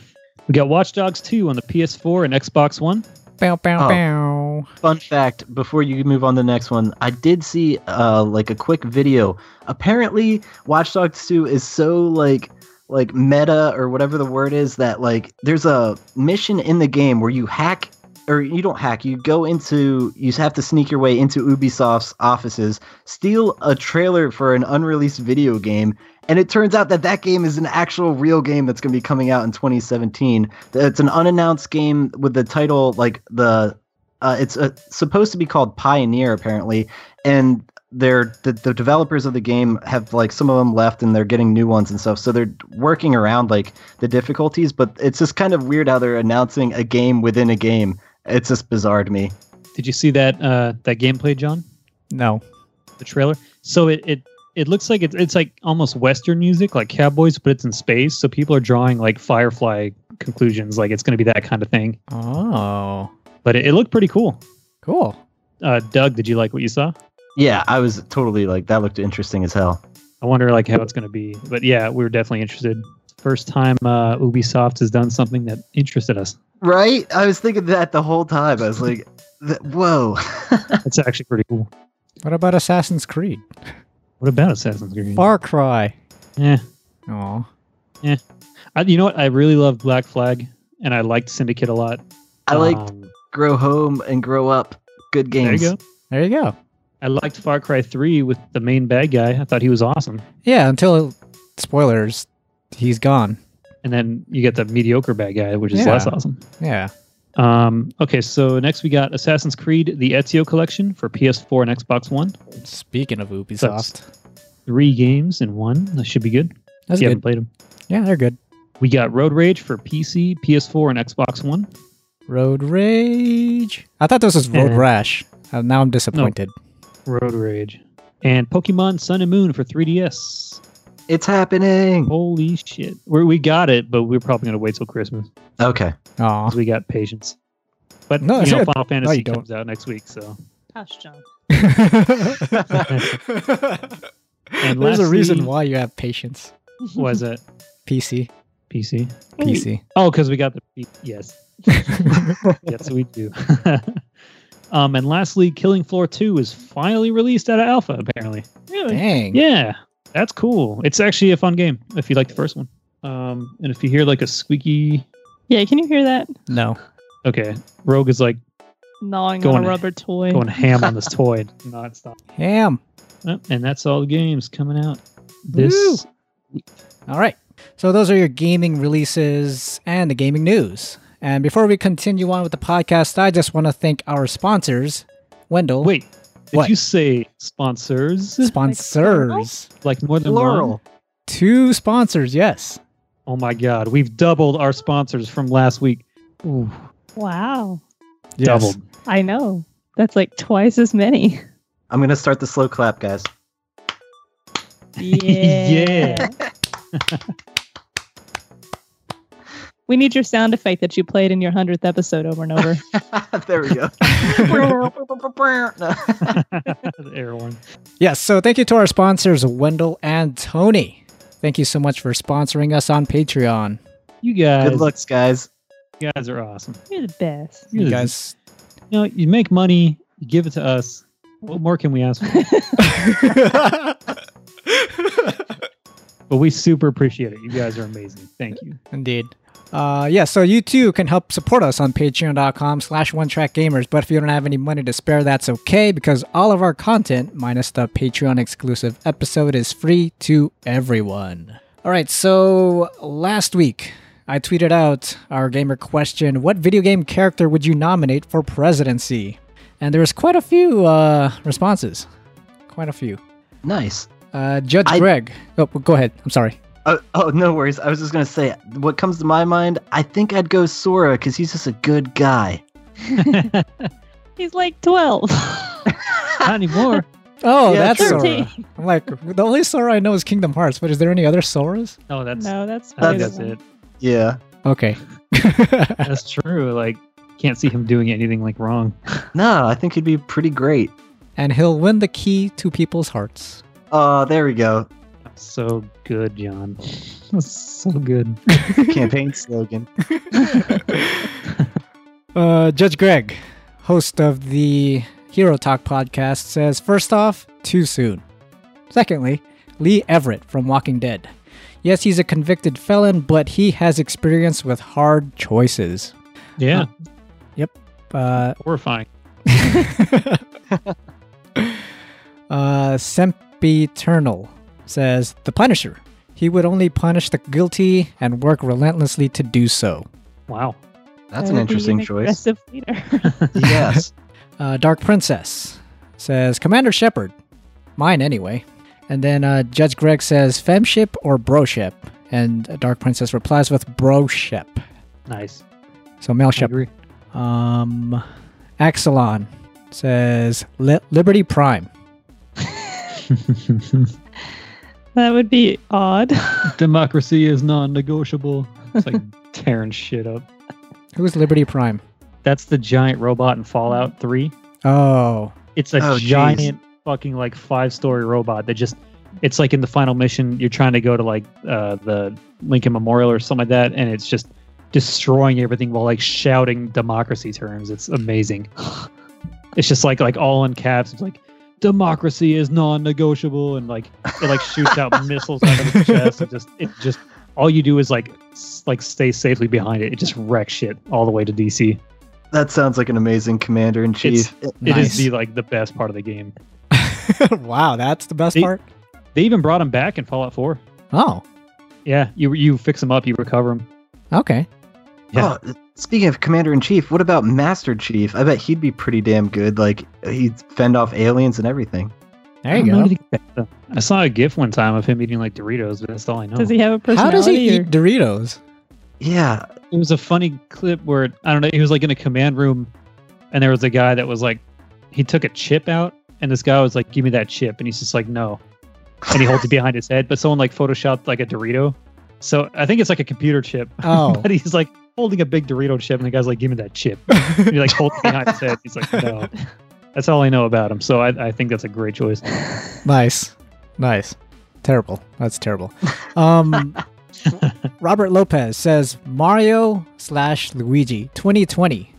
D: we got Watch Dogs 2 on the PS4 and Xbox One.
A: Bow, bow,
C: Oh.
A: bow.
C: Fun fact: Before you move on to the next one, I did see uh like a quick video. Apparently, Watch Dogs Two is so like like meta or whatever the word is that like there's a mission in the game where you hack or you don't hack you go into you have to sneak your way into ubisoft's offices steal a trailer for an unreleased video game and it turns out that that game is an actual real game that's going to be coming out in 2017 it's an unannounced game with the title like the uh, it's uh supposed to be called pioneer apparently and they're the, the developers of the game have like some of them left and they're getting new ones and stuff so they're working around like the difficulties but it's just kind of weird how they're announcing a game within a game it's just bizarre to me
D: Did you see that uh, that gameplay, John?
A: No.
D: The trailer. So it it, it looks like it's it's like almost Western music, like cowboys, but it's in space. So people are drawing like Firefly conclusions, like it's going to be that kind of thing.
A: Oh,
D: But it, it looked pretty cool.
A: cool.
D: Uh, Doug, did you like what you saw?
C: yeah i was totally like that looked interesting as hell
D: I wonder like how it's going to be. But yeah, we were definitely interested. First time uh, Ubisoft has done something that interested us.
C: right i was thinking that the whole time i was like th- whoa
D: That's actually pretty cool.
A: What about Assassin's Creed?
D: What about Assassin's Creed?
A: Far Cry.
D: Yeah.
A: Oh.
D: I, you know what? I really love Black Flag, and I liked Syndicate a lot.
C: i liked
D: Um,
C: grow home and grow up good
D: there you go.
C: games
A: There you go.
D: I liked Far Cry 3 with the main bad guy. I thought he was awesome.
A: Yeah, until spoilers, he's gone.
D: And then you get the mediocre bad guy, which is
A: Yeah.
D: less awesome.
A: Yeah.
D: Um, okay, so next we got Assassin's Creed, the Ezio Collection for PS4 and Xbox One.
A: Speaking of Ubisoft,
D: Three games in one. That should be good.
A: that's
D: if
A: good.
D: you haven't played them.
A: Yeah, they're good.
D: We got Road Rage for PC, PS4, and Xbox One.
A: Road Rage. I thought this was Road
D: Yeah.
A: Rash. Uh, now I'm disappointed.
D: Road Rage. and Pokemon Sun and Moon for 3DS.
C: It's happening.
D: Holy shit. we we got it, but we're probably going to wait till Christmas
C: Okay.
A: Aw.
D: 'cause we got patience. But
A: No,
D: you
A: that's
D: know,
A: it.
D: Final Fantasy
A: don't.
D: comes out next week, so
B: Hush, John.
A: and There's a reason
D: lastly-
A: why you have patience.
D: was it
A: PC.
D: PC?
A: PC.
D: Oh, because we got the P- yes, yes we do. um, and lastly, Killing Floor Two is finally released out of Alpha. Apparently,
A: Oh,
B: Really?
A: Dang.
D: yeah, that's cool. It's actually a fun game if you like the first one. Um, and if you hear like a squeaky,
B: Yeah, can you hear that?
A: No.
D: okay, Rogue is like
B: Gnawing
D: Going-
B: on a rubber toy.
D: going ham on this toy nonstop.
A: Ham.
D: Uh, And that's all the games coming out this
A: Woo. All right. So those are your gaming releases and the gaming news. And before we continue on with the podcast, I just want to thank our sponsors, Wendell.
D: Wait, did
A: What?
D: you say sponsors?
A: sponsors.
D: Like more than one?
C: Plural.
A: Two sponsors, yes.
D: Oh my god, we've doubled our sponsors from last week. Ooh,
B: Wow.
A: Yes.
D: Doubled.
B: I know. That's like twice as many.
C: I'm gonna start the slow clap, guys.
D: Yeah.
B: we need your sound effect that you played in your 100th episode over and over.
C: there we go. No.
D: the air horn.
A: Yes. So thank you to our sponsors, Wendell and Tony. Thank you so much for sponsoring us on Patreon.
D: You guys,
C: Good looks, guys.
D: you guys are awesome.
B: You're the best.
A: You
D: the-
A: guys.
D: you know, you make money, you give it to us. What more can we ask for? but we super appreciate it. You guys are amazing. Thank you.
A: Indeed. Uh, yeah, so you too can help support us on patreon.com slash one track gamers. But if you don't have any money to spare, that's okay because all of our content, minus the Patreon exclusive episode, is free to everyone. All right, so last week I tweeted out our gamer question What video game character would you nominate for presidency? And there was quite a few uh, responses. Quite a few.
C: Nice.
A: Uh, Judge
C: I-
A: Greg. Oh, go ahead. I'm sorry.
C: Oh, oh, no worries. I was just gonna say what comes to my mind. I think I'd go Sora because he's just a good guy.
B: He's like 12.
D: Not anymore.
A: Oh,
C: Yeah,
A: that's
C: true.
A: Sora.
B: 13.
A: I'm like, the only Sora I know is Kingdom Hearts, but is there any other Soras?
D: No, that's
B: No, that's
D: I think
C: That's-
D: that's it.
C: Yeah.
A: Okay.
D: That's true. Like, can't see him doing anything like wrong.
C: No, I think he'd be pretty great.
A: and he'll win the key to people's hearts.
C: Oh, there we go.
D: So good, John. That's so good.
C: Campaign slogan.
A: Uh, Judge Greg, host of the Hero Talk podcast, says first off, too soon. Secondly, Lee Everett from Walking Dead. Yes, he's a convicted felon, but he has experience with hard choices.
D: Yeah,
A: Uh,
D: horrifying.
A: uh, Sempiternal says the Punisher. He would only punish the guilty and work relentlessly to do so.
D: Wow.
C: That's an interesting choice.
B: Aggressive leader.
C: Yes.
A: Uh, Dark Princess says Commander Shepard. Mine anyway. And then uh, Judge Greg says femship or broship, and Dark Princess replies with broship.
D: Nice.
A: So male
D: I
A: ship.
D: agree.
A: Um, Axelon says Li- Liberty Prime.
B: that would be odd.
D: Democracy is non-negotiable. It's like tearing shit up.
A: Who's Liberty Prime?
D: That's the giant robot in Fallout 3.
A: Oh,
D: It's a
C: Oh, jeez.
D: giant fucking like five-story robot that just it's like in the final mission you're trying to go to like uh, the Lincoln Memorial or something like that and it's just destroying everything while like shouting democracy terms. It's amazing. it's just like like all in caps. It's like democracy is non-negotiable and like it like shoots out missiles out of its chest. It just it just all you do is like s- like stay safely behind it. It just wrecks shit all the way to DC.
C: That sounds like an amazing commander in chief.
D: It
A: nice.
D: is the like the best part of the game.
A: wow, that's the best
D: The-
A: part.
D: They even brought him back in Fallout 4.
A: Oh,
D: Yeah, you you fix him up, you recover him.
A: okay.
D: Yeah.
C: Oh, speaking of commander in chief, what about Master Chief? I bet he'd be pretty damn good. Like he'd fend off aliens and everything.
A: There
D: I
A: you
D: don't know
A: go.
D: anything about that. I saw a GIF one time of him eating like Doritos, but that's all I know.
B: Does he have a personality?
A: How does he
B: or-
A: eat Doritos?
C: Yeah.
D: it was a funny clip where I don't know. He was like in a command room, and there was a guy that was like, he took a chip out and this guy was like, "Give me that chip," and he's just like, "No," and he holds it behind his head. But someone like photoshopped like a Dorito, so I think it's like a computer chip.
A: Oh.
D: But he's like holding a big Dorito chip, and the guy's like, "Give me that chip." And he like holds it behind his head. He's like, "No." That's all I know about him. So I, I think that's a great choice.
A: nice. Nice. Terrible. That's terrible. Um, Robert Lopez says Mario slash Luigi 2020.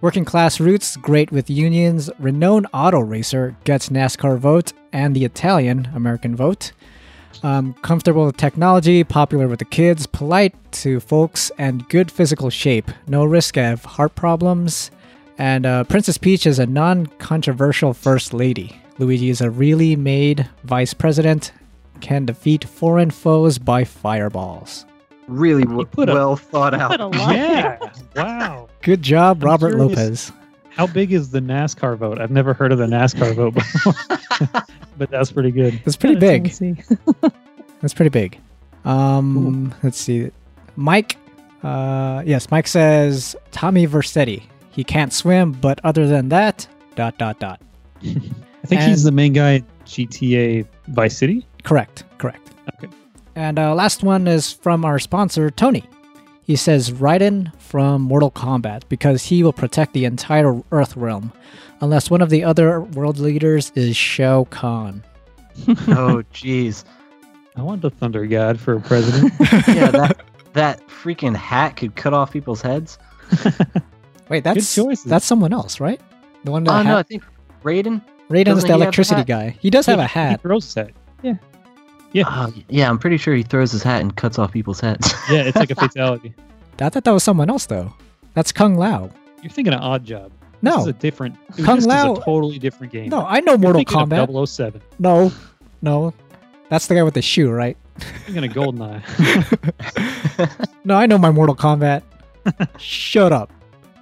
A: Working class roots, great with unions, renowned auto racer, gets NASCAR vote and the Italian American vote. Um, comfortable with technology, popular with the kids, polite to folks, and good physical shape. No risk of heart problems. And uh, Princess Peach is a non controversial first lady. Luigi is a really made vice president, can defeat foreign foes by fireballs.
C: Really w-
D: put a-
C: well thought
B: Put a
C: out.
B: lot.
D: Wow.
A: Good job,
D: I'm
A: Robert
D: curious.
A: Lopez.
D: How big is the NASCAR vote? I've never heard of the NASCAR vote before, but that's pretty good.
A: That's pretty
B: Kinda
A: big.
B: fancy.
A: That's pretty big. Um, let's see. Mike, uh, yes, Mike says Tommy Versetti. He can't swim, but other than that, dot dot dot.
D: I think he's
A: And-
D: the main guy in GTA Vice City.
A: Correct, correct.
D: Okay.
A: And uh, last one is from our sponsor, Tony. He says Raiden from Mortal Kombat because he will protect the entire Earth realm, unless one of the other world leaders is Shao Kahn.
C: oh, jeez.
D: I want the Thunder God for a president.
C: Yeah, that that freaking hat could cut off people's heads.
A: Wait, that's
D: choices.
A: that's someone else, right? The one that
C: oh
A: had,
C: no, I think Raiden.
A: Raiden's
C: doesn't he
A: the
C: have a
A: electricity
C: hat?
A: guy. He does have a
D: He
A: hat.
D: throws his hat. Yeah. Yeah.
C: Oh, yeah, I'm pretty sure he throws his hat and cuts off people's heads.
D: yeah, it's like a fatality.
A: I thought that was someone else though. That's Kung Lao.
D: You're thinking an odd job. This
A: No,
D: is a different. It
A: Kung
D: Kung is
A: Lao-
D: a totally different game.
A: no, I know
D: You're
A: Mortal
D: thinking of
A: Kombat.
D: 007.
A: No, no, that's the guy with the shoe, right?
D: You're going to Goldeneye.
A: No, I know my Mortal Kombat. Shut up.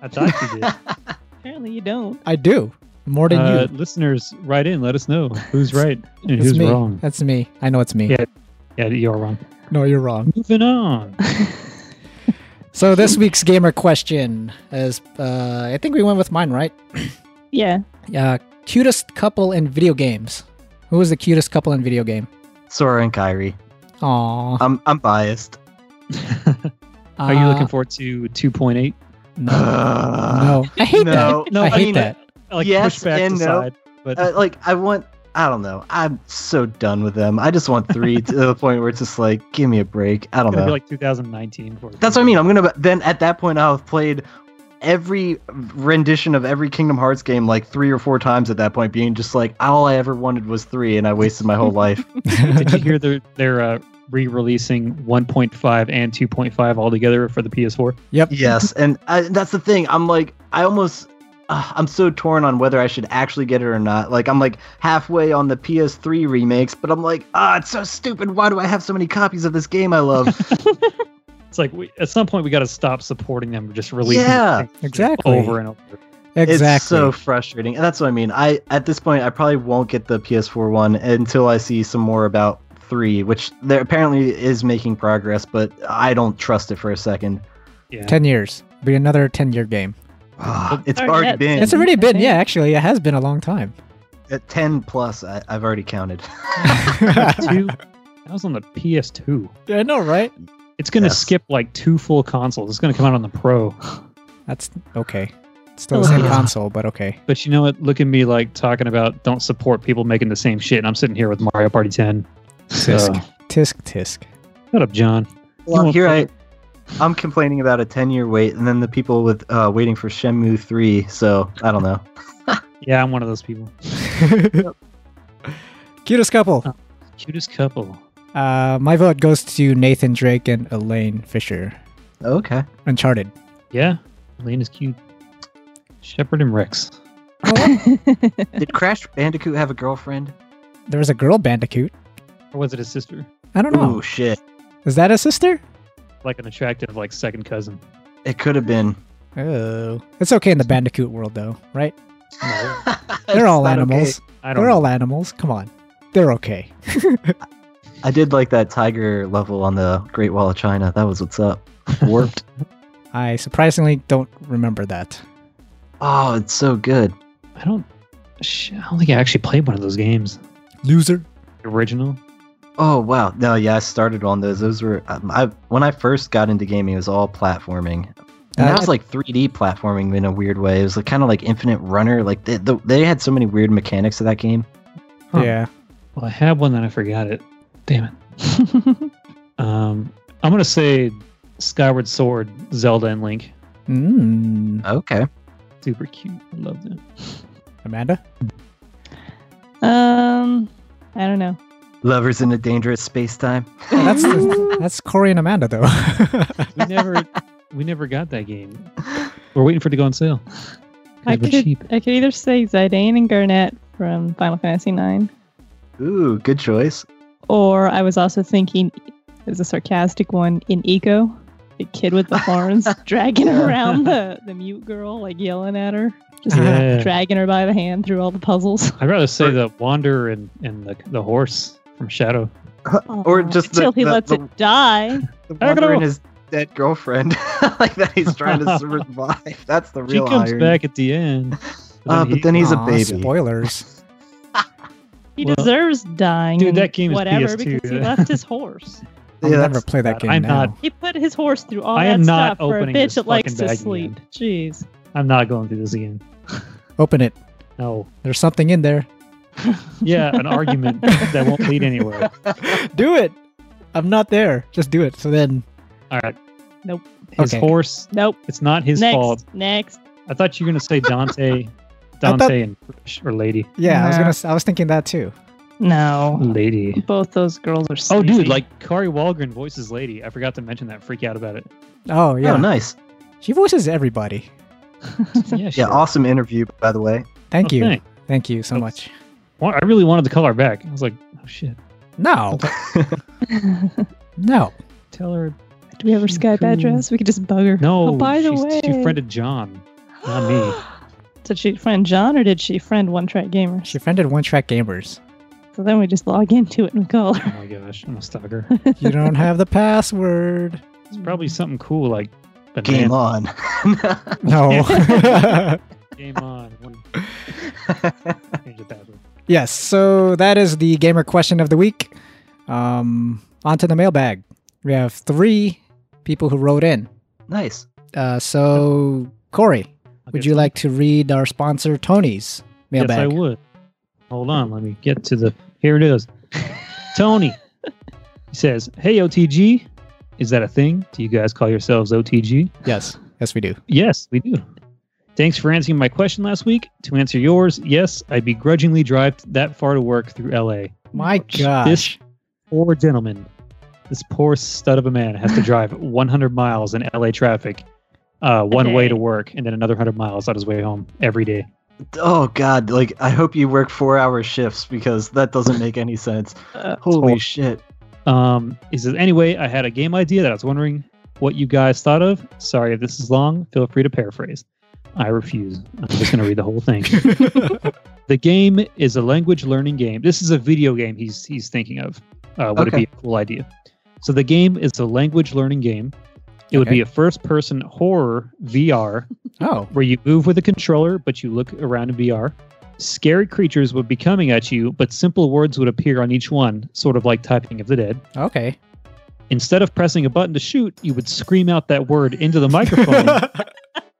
D: I thought you did.
B: Apparently you don't.
A: I do more than
D: Uh,
A: you.
D: listeners, write in. Let us know who's right and
A: It's
D: who's
A: me.
D: wrong.
A: That's me. I know it's me.
D: Yeah. Yeah, you're wrong.
A: No, you're wrong.
D: Moving on.
A: So this week's gamer question is, uh, I think we went with mine, right?
B: Yeah.
A: Uh, cutest couple in video games. Who is the cutest couple in video game?
C: Sora and Kyrie.
A: Aw.
C: I'm I'm biased.
D: Are you
A: uh,
D: looking forward to 2.8?
A: No. no. I hate
C: no.
A: that.
D: No,
A: I
D: I
A: hate
D: mean,
A: that.
D: Like
C: Yes
D: push back
C: and
D: to
C: no.
D: side, but
C: Uh, like I want. I don't know. I'm so done with them. I just want three to the point where it's just like, give me a break. I don't
D: it's gonna
C: know.
A: Uh,
D: be like 2019. For
C: That's what I mean. I'm gonna then at that point I'll have played every rendition of every Kingdom Hearts game like three or four times at that point, being just like all I ever wanted was three, and I wasted my whole life.
D: Did you hear they're they're uh, re-releasing 1.5 and 2.5 all together for the PS4?
A: yep.
C: yes, and I, that's the thing. I'm like I almost. Uh, I'm so torn on whether I should actually get it or not. Like I'm like halfway on the PS3 remakes, but I'm like, ah, it's so stupid. Why do I have so many copies of this game I love?
D: It's like we, at some point we got to stop supporting them. Just releasing
C: Yeah,
D: things just
A: exactly.
D: over and over.
A: Exactly.
C: It's so frustrating. And that's what I mean. I at this point I probably won't get the PS4 one until I see some more about 3, which there apparently is making progress, but I don't trust it for a second.
D: Yeah.
A: ten years. Be another ten-year game.
C: Ah, it's
B: Or
C: already
B: yet-
C: been
A: It's
B: Mhm,
A: already
B: I
A: been.
B: think.
A: Yeah, actually, it has been a long time.
C: at 10 plus. I, I've already counted.
D: Two. That was on the PS2.
A: I know, right?
D: It's gonna
C: Yes.
D: skip like two full consoles. It's gonna come out on the Pro.
A: That's okay. It's still the same
C: Ugh.
A: console, but okay.
D: But you know what? Look at me like talking about don't support people making the same shit. And I'm sitting here with Mario Party 10. So,
A: Tisk, tisk, tisk.
D: shut up, John.
C: well,
D: won't
C: here I I'm complaining about a 10 year wait and then the people with uh, waiting for Shenmue 3, so I don't know.
D: Yeah, I'm one of those people.
A: Cutest couple.
D: Cutest couple.
C: Oh.
A: Uh, my vote goes to Nathan Drake and Elaine Fisher.
C: Okay.
A: Uncharted.
D: Yeah, Lane is cute. Shepard and Rex.
C: Did Crash Bandicoot have a girlfriend?
A: There was a girl Bandicoot.
D: Or was it his sister?
A: I don't know.
C: Oh shit.
A: Is that a sister?
D: Like an attractive, like second cousin.
C: It could have been.
A: Oh, it's okay in the Bandicoot world, though, right?
C: It's
A: They're all
C: not okay.
A: animals.
D: I don't
A: They're
D: know.
A: all animals. Come on, they're okay.
C: I did like that tiger level on the Great Wall of China. That was what's up. Warped.
A: I surprisingly don't remember that.
C: oh, it's so good.
D: I don't. Shit, I don't think I actually played one of those games.
A: Loser.
D: Original.
C: Oh wow! No, yeah, I started on those. Those were um, I when I first got into gaming, it was all platforming. And
A: Uh,
C: that was like 3D platforming in a weird way. It was like, kind of like Infinite Runner. Like they, the, they had so many weird mechanics to that game.
D: Huh.
A: Yeah.
D: Well, I had one then I forgot it. Damn it. um, I'm gonna say Skyward Sword, Zelda and Link.
A: Mm.
C: Okay.
D: Super cute. I loved it.
A: Amanda.
B: Um, I don't know.
C: Lovers in a dangerous space time.
A: That's that's Corey and Amanda though.
D: We never we never got that game. We're waiting for it to go on sale. 'Cause
B: I
D: we're
B: could
D: cheap.
B: I could either say Zidane and Garnett from Final Fantasy IX,
C: Ooh, good choice.
B: or I was also thinking, there's a sarcastic one in Eco, the kid with the horns dragging around the the mute girl, like yelling at her, just
D: Yeah.
B: dragging her by the hand through all the puzzles.
D: I'd rather say the Wanderer and, and the, the horse from Shadow.
C: Or just the-
B: until he
C: the-
B: lets
C: the-
B: it die.
C: The
D: I don't
C: Wanderer
D: know.
C: and his dead girlfriend, like that he's trying to survive. That's the
D: She
C: real
D: comes
C: irony.
D: back at the end.
C: Uh, but then he's a
A: Aw,
C: baby.
A: Spoilers.
B: He
D: Well,
B: deserves dying.
D: dude,
B: and
D: that game is
B: whatever
D: PS2,
B: because he
D: yeah.
B: left his horse.
A: I'll
C: Yeah,
A: never
C: that's,
A: play that
D: bad.
A: game
D: I'm
A: now.
D: not-
B: He put his horse through all
D: I
B: that
D: am not
B: stuff for a
D: opening
B: bitch
D: this
B: that likes
D: fucking
B: to
D: bag
B: sleep. Jeez.
D: I'm not going through this again.
A: Open it.
D: No.
A: There's something in there.
D: Yeah, an argument that won't lead anywhere.
A: do it. I'm not there. Just do it. So then,
D: All right.
B: Nope.
D: His
A: Okay.
D: horse.
B: Nope.
D: It's not his
B: next.
D: fault.
B: Next.
D: I thought you were gonna say Dante,
A: I thought-
D: Dante and Fish, or Lady,
A: yeah, I was
B: Nah.
A: gonna. s- I was thinking that too.
B: No.
D: Lady.
B: Both those girls are. Sleazy.
D: Oh, dude, like Kari Walgren voices Lady. I forgot to mention that. Freak out about it.
A: Oh yeah,
C: Oh, nice.
A: she voices everybody.
D: Yeah,
C: Yeah, awesome interview, by the way.
A: Thank you, thank you so much.
D: Oh, Well, I really wanted to call her back. I was like, oh shit,
A: No,
B: Do
A: no.
D: tell her
B: we have her
D: She's
B: Skype
D: cool.
B: address? We could just bug her.
D: no.
B: Oh, by the
D: she's-
B: way,
D: she friended John. not me. Oh
B: Did she friend John or did she friend One Track Gamers?
A: She friended One Track Gamers.
B: So then we just log into it and call
D: Oh
B: her.
D: my gosh, I'm a stalker.
A: You don't have the password.
D: It's probably something cool like
C: Game
D: banana-
C: on.
A: No.
D: Game on. One- Change the password.
A: yes. So that is the gamer question of the week. Um, on to the mailbag. We have three people who wrote in.
C: nice.
A: Uh, so Corey,
D: I'll
A: would
D: get
A: you
D: some-
A: like to read our sponsor Tony's
D: Yes,
A: mailbag?
D: I would. Hold on, let me get to the. Here it is. Tony he says, "Hey OTG, is that a thing? Do you guys call yourselves OTG?"
A: Yes. Yes, we do.
D: Yes, we do. Thanks for answering my question last week. To answer yours, yes, I begrudgingly drive that far to work through LA.
A: My gosh.
D: This poor gentleman, this poor stud of a man, has to drive 100 miles in LA traffic, uh, one way
B: day.
D: to work, and then another 100 miles on his way home every day.
C: Oh God! Like I hope you work four-hour shifts because that doesn't make any sense.
B: Uh,
C: Holy
D: horrible.
C: shit!
D: Um, he says, anyway, I had a game idea that I was wondering what you guys thought of. Sorry if this is long. Feel free to paraphrase. I refuse. I'm just going to read the whole thing. the game is a language learning game. This is a video game he's he's thinking of. Uh, would
C: Okay.
D: it be a cool idea? So the game is a language learning game. It would
A: Okay.
D: be a first person horror VR
A: Oh.
D: where you move with a controller, but you look around in VR. Scary creatures would be coming at you, but simple words would appear on each one, sort of like typing of the dead.
A: Okay.
D: Instead of pressing a button to shoot, you would scream out that word into the microphone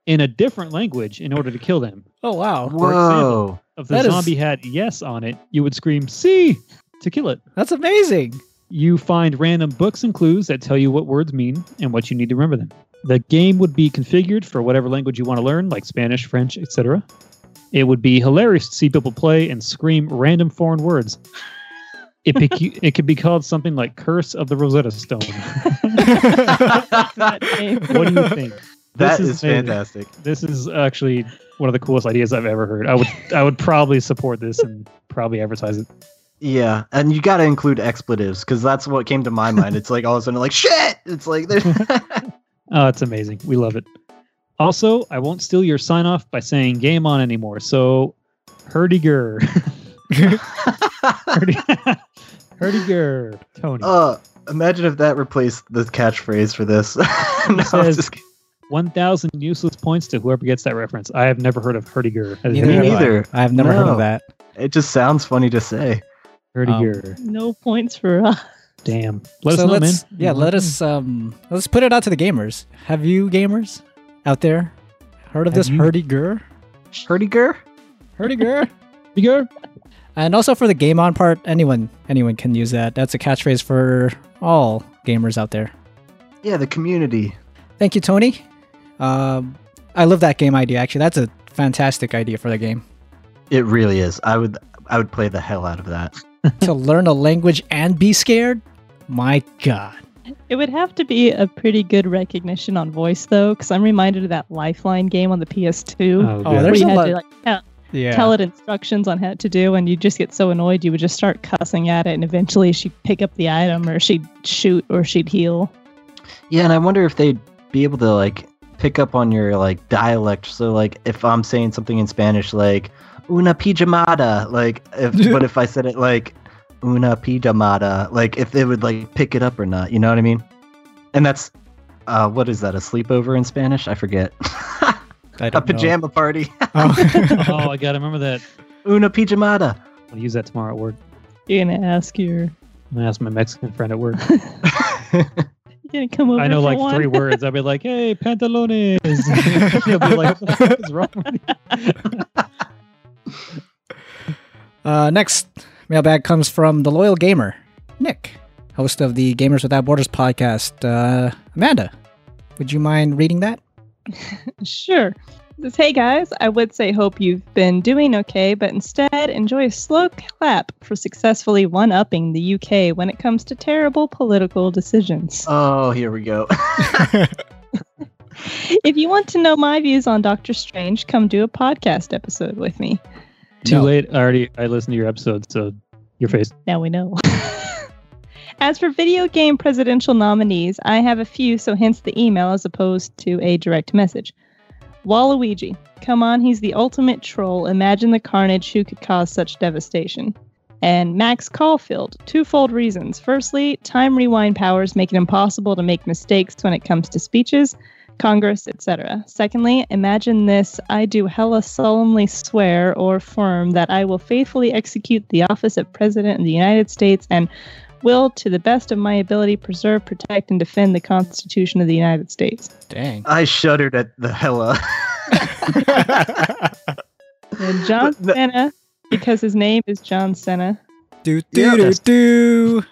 D: in a different language in order to kill them.
A: oh wow.
D: for example,
C: Whoa!
D: If the
A: That is-
D: zombie had yes on it, you would scream see to kill it.
A: That's amazing.
D: You find random books and clues that tell you what words mean and what you need to remember them. The game would be configured for whatever language you want to learn, like Spanish, French, etc. It would be hilarious to see people play and scream random foreign words. It, be- it could be called something like Curse of the Rosetta Stone.
B: that name.
D: what do you think?
C: That
D: This
C: is,
D: is amazing.
C: fantastic.
D: This is actually one of the coolest ideas I've ever heard. I would I would probably support this and probably advertise it.
C: Yeah, and you got to include expletives because that's what came to my mind. It's like all of a sudden, like shit. It's like there's
D: Oh, it's amazing. We love it. Also, I won't steal your sign off by saying game on anymore. So, Herdiger. Herdi- Herdiger. Tony.
C: uh, imagine if that replaced the catchphrase for this. no, I'm
D: says-
C: just kidding.
D: 1,000 useless points to whoever gets that reference. I have never heard of Herdiger. Has
A: Neither
C: Me
A: have
D: anybody
A: I.
C: neither.
A: I have never heard
C: No.
A: of that.
C: It just sounds funny to say.
D: heard
A: Um,
D: Herdiger.
B: No points for us.
D: Damn. Let
A: so
D: us know, man.
A: let's, Yeah, let us um let's put it out to the gamers. Have you gamers out there heard of
D: Have
A: this
D: you-
A: Herdiger?
C: Herdiger?
A: Herdiger?
D: Herdiger?
A: And also for the game on part, anyone anyone can use that. That's a catchphrase for all gamers out there.
C: Yeah, the community.
A: Thank you, Tony. Um, I love that game idea. Actually, that's a fantastic idea for the game
C: It really is. I would I would play the hell out of that.
A: to learn a language and be scared. My God.
B: It would have to be a pretty good recognition on voice, though, because I'm reminded of that Lifeline game on the PS2.
D: Oh,
A: Oh,
D: God.
B: where
A: there's
B: you
A: a
B: had
A: lot-
B: to like tell,
A: Yeah.
B: tell it instructions on how to do, and you just get so annoyed you would just start cussing at it, and eventually she'd pick up the item, or she'd shoot, or she'd heal.
C: Yeah, and I wonder if they'd be able to like pick up on your like dialect. So like if I'm saying something in Spanish like una pijamada, like if but if I said it like una pijamada, like if they would like pick it up or not, you know what I mean? And that's uh what is that, a sleepover in Spanish? I forget.
A: I
C: a
A: don't know.
C: pajama party.
A: Oh.
D: oh, I got to remember that.
C: una pijamada.
D: I'll use that tomorrow at work.
B: You're gonna ask your,
D: I'm going to ask my Mexican friend at work.
B: you're gonna come over.
D: I know
B: for
D: like
B: one?
D: three words. I'll be like, hey, pantalones. He'll be like, what the fuck is wrong with you?
A: Uh, next mailbag comes from the loyal gamer, Nick, host of the Gamers Without Borders podcast. Uh, Amanda, would you mind reading that?
B: Sure. Says, hey guys, I would say hope you've been doing okay, but instead enjoy a slow clap for successfully one upping the UK when it comes to terrible political decisions.
C: Oh, here we go.
B: if you want to know my views on Doctor Strange, come do a podcast episode with me.
D: Too
A: No.
D: late. I already I listened to your episode, so your face.
B: Now we know. As for video game presidential nominees, I have a few, so hence the email as opposed to a direct message. Waluigi. Come on, he's the ultimate troll. Imagine the carnage who could cause such devastation. And Max Caulfield. Twofold reasons. Firstly, time rewind powers make it impossible to make mistakes when it comes to speeches, Congress, etc. Secondly, imagine this I do hella solemnly swear or affirm that I will faithfully execute the office of President of the United States and will, to the best of my ability, preserve, protect, and defend the Constitution of the United States.
A: Dang.
C: I shuddered at the hella.
B: And John
C: But the-
B: Cena, because his name is John Cena.
A: do,
C: Yeah,
A: do, do,
C: that's-
A: do.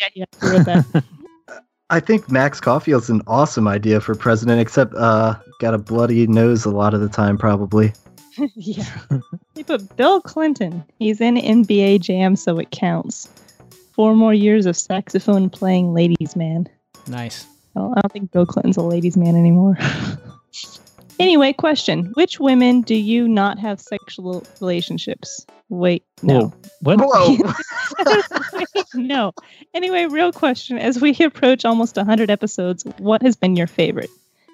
B: Yeah, yeah, I wrote that.
C: I think Max Caulfield's an awesome idea for president, except uh, got a bloody nose a lot of the time, probably.
B: yeah. Hey, but Bill Clinton, he's in NBA Jam, so it counts. Four more years of saxophone playing ladies' man.
A: Nice.
B: Well, I don't think Bill Clinton's a ladies' man anymore. anyway, question: Which women do you not have sexual relationships? Wait, no,
D: What?
C: Whoa!
B: Wait, no. Anyway, real question: As we approach almost 100 episodes, what has been your favorite?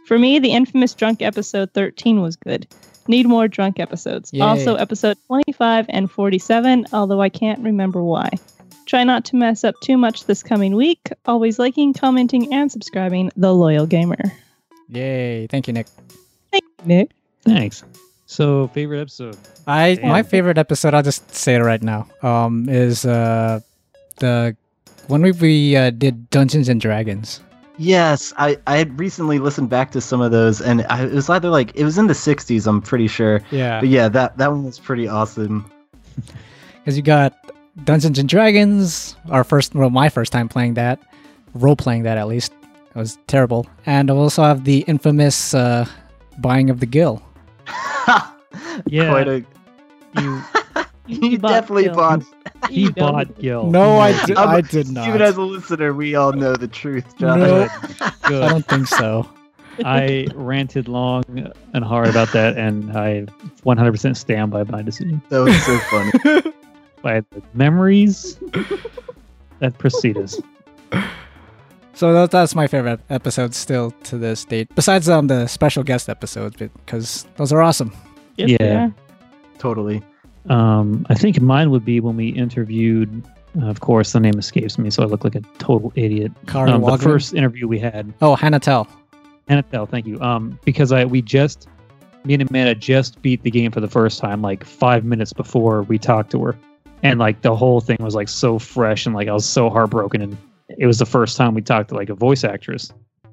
B: For me, the infamous drunk episode 13 was good. Need more drunk episodes.
A: Yay.
B: Also, episode 25 and 47, although I can't remember why. Try not to mess up too much this coming week. Always liking, commenting, and subscribing. The Loyal Gamer.
A: Yay. Thank you, Nick.
B: Thank you, Nick.
D: Thanks. So, favorite episode?
A: I
D: Damn.
A: my favorite episode. I'll just say it right now. Um, is uh the when we we uh, did Dungeons and Dragons.
C: yes, I, I had recently listened back to some of those, and I, it was either like, it was in the 60s, I'm pretty sure.
A: Yeah.
C: But yeah, that, that one was pretty awesome.
A: Because you got Dungeons and Dragons, our first, well, my first time playing that, role playing that at least. It was terrible. And we also have the infamous uh, buying of the gill.
D: Yeah.
C: Quite a,
D: You,
C: you definitely
B: Bill.
C: bought.
D: he
B: You don't-
D: bought Gil.
C: did- I'm- I
A: did
C: Even as a listener, we all know the truth, John.
A: No.
D: Good.
A: I
D: Good.
A: don't think so.
D: I ranted long and hard about that, and I 100% stand by my decision.
C: That was so funny.
D: By the memories that precede us.
A: So that, that's my favorite episode still to this date. Besides um the special guest episodes, because those are awesome.
B: Yes, they
D: Yeah.
B: are.
C: totally.
D: Um, I think mine would be when we interviewed. Of course, the name escapes me, so I look like a total idiot.
A: Kari
D: Um, the
A: Wagner.
D: first interview we had
A: Oh, Hannah Tell.
D: Annabelle, thank you. Um, because I we just me and Amanda just beat the game for the first time like five minutes before we talked to her, and like the whole thing was like so fresh and like I was so heartbroken, and it was the first time we talked to like a voice actress,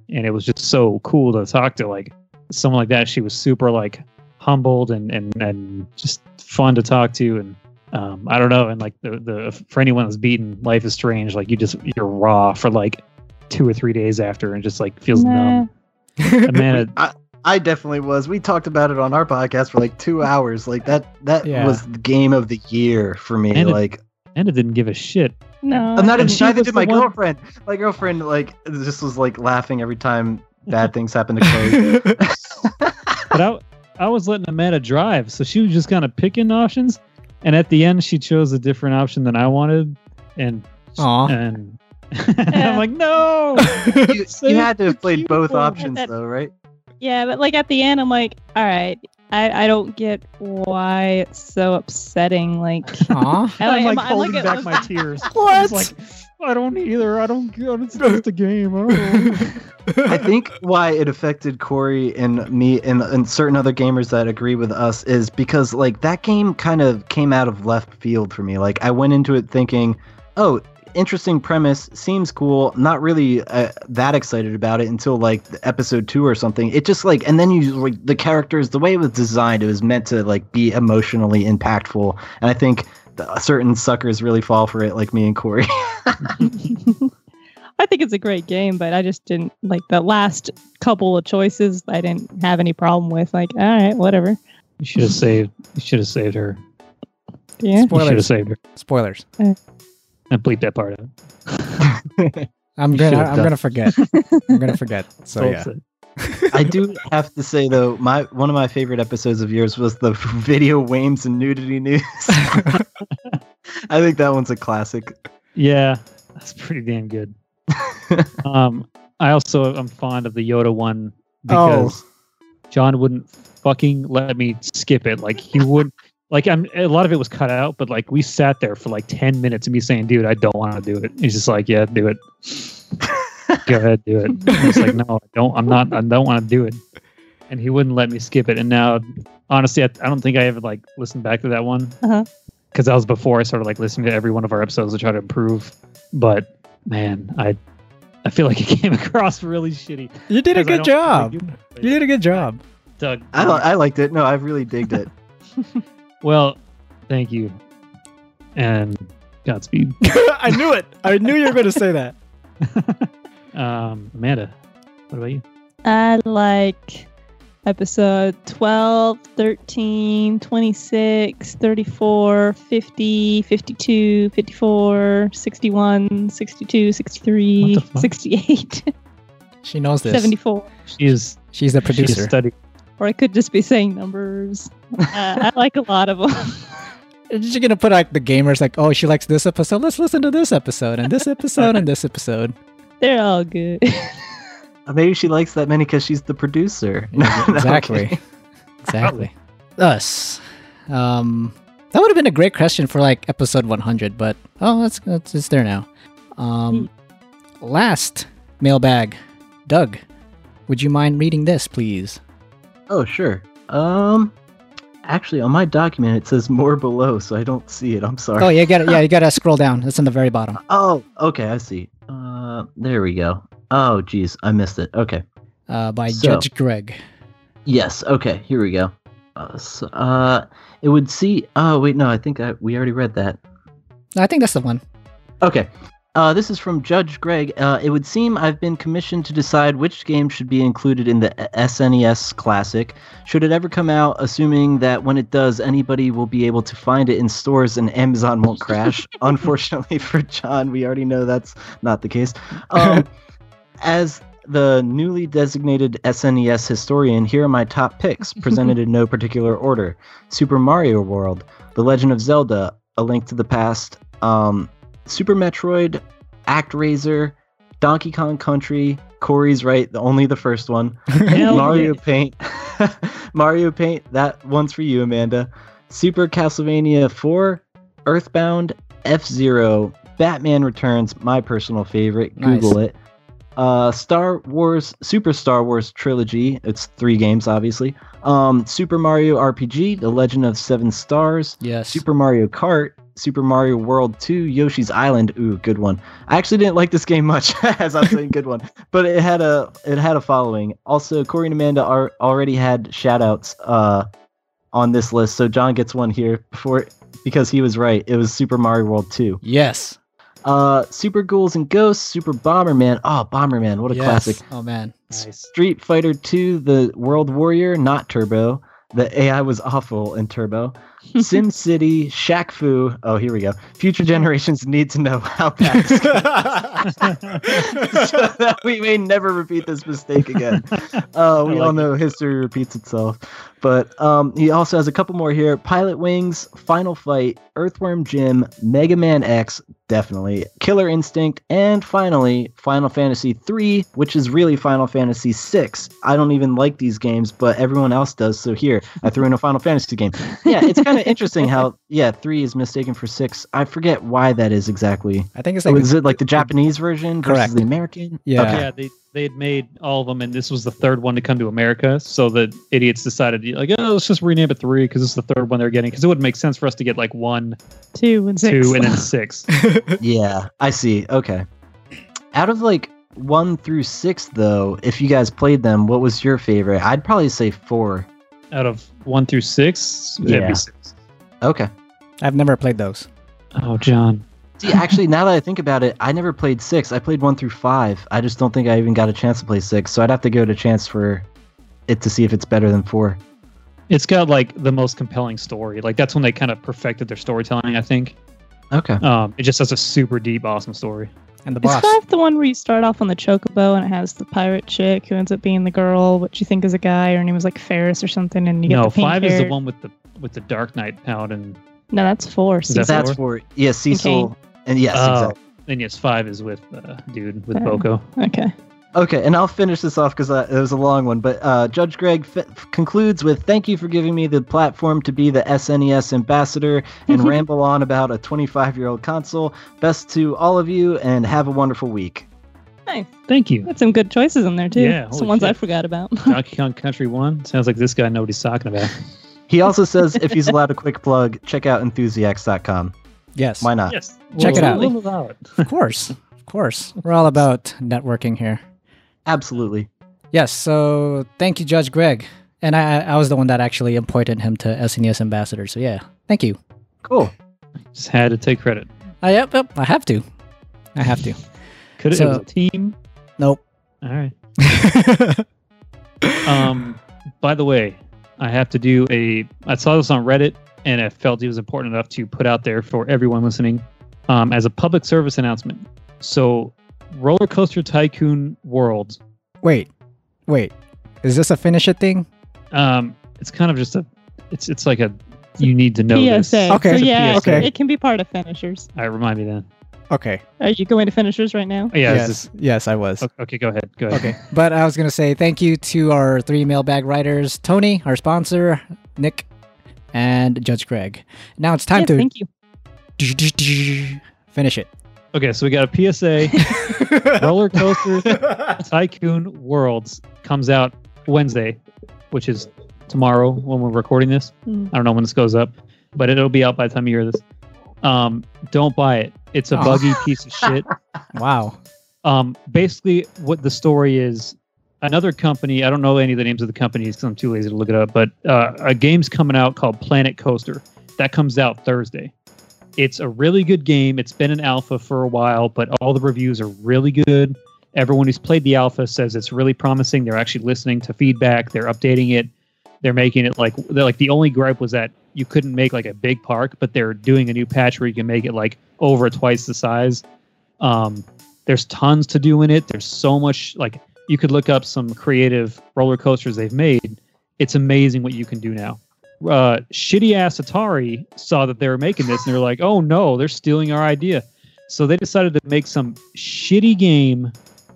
D: and it was just so cool to talk to like someone like that. She was super like humbled and and and just fun to talk to and. Um, I don't know, and like the, the for anyone that's beaten Life is Strange, like you just you're raw for like two or three days after, and just like feels numb.
B: Nah.
D: Amanda,
C: I definitely was. We talked about it on our podcast for like two hours. Like that that
A: Yeah.
C: was the game of the year for me.
D: And it-
C: like
D: Amanda didn't give a shit.
B: No.
C: I'm not
D: and
C: even
D: she
C: neither
D: was
C: did my
D: the one-
C: girlfriend. My girlfriend like just was like laughing every time bad things happened to Chloe.
D: But I, I was letting Amanda drive, so she was just kind of picking options, and at the end she chose a different option than I wanted, and
A: Aw.
D: and
B: Yeah.
D: I'm like, no,
C: you, you had to have played both
D: Beautiful.
C: options
B: That-
C: though, right?
B: Yeah, but like at the end, I'm like, all right, I, I don't get why it's so upsetting. Like,
A: Aw.
B: I
D: I'm
B: like-
D: like
B: I like
D: holding
B: it-
D: back my tears. I'm
A: What?
D: just like I don't either. I don't. get it. It's just a game. I don't know.
C: I think why it affected Corey and me and, and certain other gamers that agree with us is because like that game kind of came out of left field for me. Like I went into it thinking, oh, interesting premise, seems cool. Not really uh, that excited about it until like episode two or something. It just like and then you like the characters, the way it was designed, it was meant to like be emotionally impactful. And I think the, certain suckers really fall for it, like me and Corey.
B: I think it's a great game, but I just didn't like the last couple of choices. I didn't have any problem with. Like, all right, whatever.
D: You should have saved. You should have saved her.
B: Yeah.
D: You should have
A: Spoilers.
D: saved her.
A: Spoilers.
D: And bleep that part
A: Oh,
D: out.
A: I'm
D: You
A: gonna.
D: should've
A: I'm
D: done.
A: gonna forget. I'm gonna forget. So yeah.
D: That's it.
C: I do have to say though, my one of my favorite episodes of yours was the video wames and nudity news. I think that one's a classic.
D: Yeah, that's pretty damn good. um, I also am fond of the Yoda one
A: Oh.
D: because John wouldn't fucking let me skip it. Like he would, like I'm. A lot of it was cut out, but like we sat there for like ten minutes and me saying, "Dude, I don't want to do it." He's just like, "Yeah, do it. Go ahead, do it." I was like, "No, I don't. I'm not. I don't want to do it." And he wouldn't let me skip it. And now, honestly, I, I don't think I ever like listened back to that one
B: Uh-huh.
D: because that was before I started like listening to every one of our episodes to try to improve. But man, I I feel like it came across really shitty.
A: You did a
D: 'Cause I
A: good
D: don't
A: job.
D: think
A: You did a good job.
D: Doug.
C: I, li- I liked it. No, I really digged it.
D: well, thank you, and Godspeed,
A: I knew it. I knew you were gonna say that.
D: um, Amanda. What about you?
B: I like episode 12, 13, 26, 34, 50, 52, 54, 61, 62, 63,
D: What the fuck?
B: 68,
A: She knows this.
B: 74.
D: She is
A: She's the
D: she is
A: producer.
D: studying.
B: Or I could just be saying numbers. Uh, I like a lot of them.
A: She's gonna put like the gamers like, oh, she likes this episode. Let's listen to this episode and this episode and this episode.
B: They're all good.
C: Uh, Maybe she likes that many because she's the producer. No, I'm
A: exactly.
C: kidding.
A: Exactly. Us. Um, that would have been a great question for like episode 100, but oh, that's, that's it's there now.
C: Hmm.
A: Um, last mailbag, Doug. Would you mind reading this, please?
C: Oh sure. Um, actually, on my document it says more below, so I don't see it. I'm sorry.
A: Oh, yeah, you got Yeah, you gotta scroll down. It's in the very bottom.
C: Oh, okay, I see. Uh, there we go. Oh, geez, I missed it. Okay.
A: Uh, by
C: So-
A: Judge Greg.
C: Yes. Okay. Here we go. Uh, so, uh, it would see. Oh wait, no. I think I, we already read that.
A: I think that's the one.
C: Okay. Uh, this is from Judge Greg. Uh, it would seem I've been commissioned to decide which game should be included in the SNES Classic. Should it ever come out, assuming that when it does, anybody will be able to find it in stores and Amazon won't crash. Unfortunately for John, we already know that's not the case. Um, as the newly designated SNES historian, here are my top picks, presented in no particular order Super Mario World, The Legend of Zelda, A Link to the Past, um, Super Metroid, ActRaiser, Donkey Kong Country, Corey's right, the, only the first one.
D: Hell
C: Mario Paint, Mario Paint, that one's for you, Amanda. Super Castlevania 4, Earthbound, F Zero, Batman Returns, my personal favorite.
A: Nice.
C: Google it. uh, Star Wars Super Star Wars Trilogy. It's three games, obviously. Um, Super Mario RPG, The Legend of Seven Stars,
A: Yes.
C: Super Mario Kart, Super Mario World 2, Yoshi's Island. Ooh, good one. I actually didn't like this game much, as I'm saying, good one. But it had a it had a following. Also, Corey and Amanda are already had shoutouts uh, on this list, so John gets one here before because he was right. It was Super Mario World 2.
A: yes.
C: Uh, Super Ghouls and Ghosts, Super Bomberman. Oh, Bomberman, what a
A: yes.
C: classic.
A: Oh man.
D: Nice.
C: Street Fighter 2, The World Warrior, not Turbo. The AI was awful in Turbo. Sim City, Shaq Fu. Oh, here we go. Future generations need to know how bad this so that we may never repeat this mistake again. Uh,
D: I
C: we
D: like
C: all know history repeats itself. But um, he also has a couple more here Pilot Wings, Final Fight, Earthworm Jim, Mega Man X, definitely, Killer Instinct, and finally, Final Fantasy III, which is really Final Fantasy VI. I don't even like these games, but everyone else does. So here, I threw in a Final Fantasy game. Yeah, it's kind of interesting how, yeah, 3 is mistaken for 6. I forget why that is exactly.
A: I think it's
C: So
A: like
C: Oh, is it like the Japanese version versus
A: Correct.
C: the American?
A: Yeah.
C: Okay.
D: Yeah, they they had made all of them, and this was the third one to come to America. So the idiots decided, like, oh, let's just rename it three because it's the third one they're getting. Because it wouldn't make sense for us to get like one,
B: Two and six.
D: two, and then six.
C: Yeah, I see. Okay. Out of like one through six, though, if you guys played them, what was your favorite? I'd probably say four.
D: Out of one through six, yeah. it'd
C: Yeah.
D: be six.
C: Okay.
A: I've never played those.
D: Oh, John.
C: See, actually, now that I think about it, I never played six. I played one through five. I just don't think I even got a chance to play six, so I'd have to go to chance for it to see if it's better than four.
D: It's got like the most compelling story. Like that's when they kind of perfected their storytelling. I think
C: Okay.
D: um, it just has a super deep, awesome story.
A: And the
B: Is
A: boss.
B: five the one where you start off on the chocobo and it has the pirate chick who ends up being the girl, what you think is a guy, her name was like Ferris or something, and you get
D: no,
B: the pink
D: five is
B: hair.
D: the one with the with the Dark Knight paladin,
B: No, that's four.
D: Is that
B: Cecil.
C: That's four. Yeah, Cecil.
B: Okay.
C: And yes,
D: Oh.
C: exactly.
D: and yes, five is with uh, dude with
B: Oh.
D: Boko.
B: Okay.
C: Okay, and I'll finish this off because uh, it was a long one. But uh, Judge Greg f- concludes with "Thank you for giving me the platform to be the SNES ambassador and ramble on about a 25-year-old console. Best to all of you, and have a wonderful week."
B: Nice.
D: Thank you.
B: Got some good choices in there too.
D: Yeah, holy
B: some ones I
D: shit.
B: forgot about.
D: Donkey Kong Country One sounds like this guy knows what he's talking about.
C: He also says, if he's allowed a quick plug, check out enthusiasts.com.
A: yes.
C: Why not?
D: yes,
A: Check it out.
D: We'll allow it.
A: Of course. Of course. We're all about networking here.
C: Absolutely.
A: Yes. So thank you, Judge Greg. And I, I was the one that actually appointed him to SNES ambassador. So yeah, thank you.
C: Cool.
D: Just had to take credit.
A: I Uh, yep, yep, I have to. I have to.
D: Could it,
A: So-
D: it was a team?
A: Nope.
D: All right. Um, by the way, I have to do a. I saw this on Reddit, and I felt it was important enough to put out there for everyone listening, um, as a public service announcement. So, Roller Coaster Tycoon World.
A: wait, wait. Is this a finish it thing?
D: Um, it's kind of just a. It's it's like a. You need to know this.
B: PSA.
A: Okay.
B: So
A: It's a
B: yeah,
D: PSA.
B: it can be part of finishers.
D: All right, remind me then.
A: Okay.
B: Are you going to finishers right now?
D: Oh, yeah.
A: yes.
D: Yes. This,
A: yes, I was.
D: okay, okay, Go ahead. Go ahead.
A: Okay. But I was going to say thank you to our three mailbag writers Tony, our sponsor, Nick, and Judge Greg. Now it's time
B: yeah, Thank you.
A: to finish it.
D: Okay. So we got a PSA. Roller Coaster Tycoon Worlds comes out Wednesday, which is tomorrow when we're recording this.
B: Mm.
D: I don't know when this goes up, but it'll be out by the time you hear this. Um, don't buy it. It's a
A: Aw.
D: buggy piece of shit.
A: wow.
D: Um, basically, what the story is another company, I don't know any of the names of the companies because I'm too lazy to look it up, but uh, a game's coming out called Planet Coaster. That comes out Thursday. It's a really good game. It's been in alpha for a while, but all the reviews are really good. Everyone who's played the alpha says it's really promising. They're actually listening to feedback, they're updating it. They're making it like they're like the only gripe was that you couldn't make like a big park, but they're doing a new patch where you can make it like over twice the size. Um, there's tons to do in it. There's so much like you could look up some creative roller coasters they've made. It's amazing what you can do now. Uh, shitty ass Atari saw that they were making this and they're like, oh no, they're stealing our idea. So they decided to make some shitty game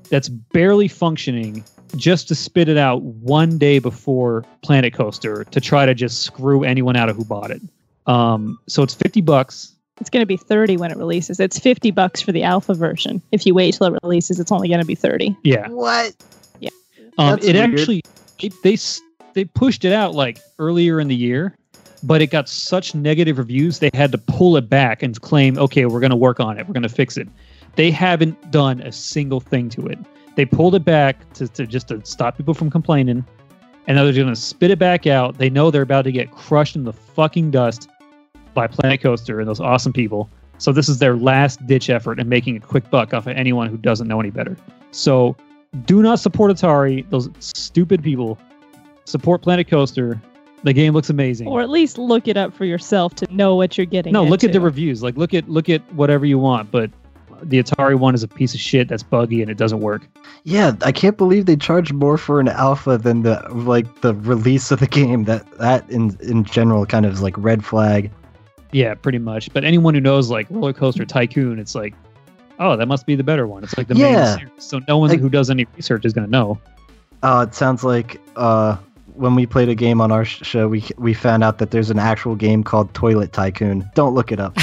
D: that's barely functioning just to spit it out one day before Planet Coaster to try to just screw anyone out of who bought it. Um, so it's 50 bucks.
B: It's going to be 30 when it releases. It's 50 bucks for the alpha version. If you wait till it releases, it's only going to be 30.
D: Yeah.
C: What?
D: Um,
C: That's
D: it
C: weird.
D: actually it, they s- they pushed it out like earlier in the year, but it got such negative reviews they had to pull it back and claim, okay, we're going to work on it, we're going to fix it. They haven't done a single thing to it. They pulled it back to, to just to stop people from complaining, and now they're going to spit it back out. They know they're about to get crushed in the fucking dust by Planet Coaster and those awesome people. So this is their last ditch effort in making a quick buck off of anyone who doesn't know any better. So do not support Atari. Those stupid people. Support Planet Coaster. The game looks amazing.
B: Or at least look it up for yourself to know what you're getting.
D: no, look at the
B: into.
D: reviews. Like look at look at whatever you want, but the Atari one is a piece of shit that's buggy and it doesn't work.
C: Yeah, I can't believe they charge more for an alpha than the like the release of the game. That that in in general kind of is like red flag.
D: Yeah, pretty much. But anyone who knows like Roller Coaster Tycoon, it's like, oh, that must be the better one. It's like the
C: Yeah.
D: main series. So no one
C: Like-
D: who does any research is gonna know.
C: Uh, it sounds like uh, when we played a game on our sh- show, we we found out that there's an actual game called Toilet Tycoon. Don't look it up.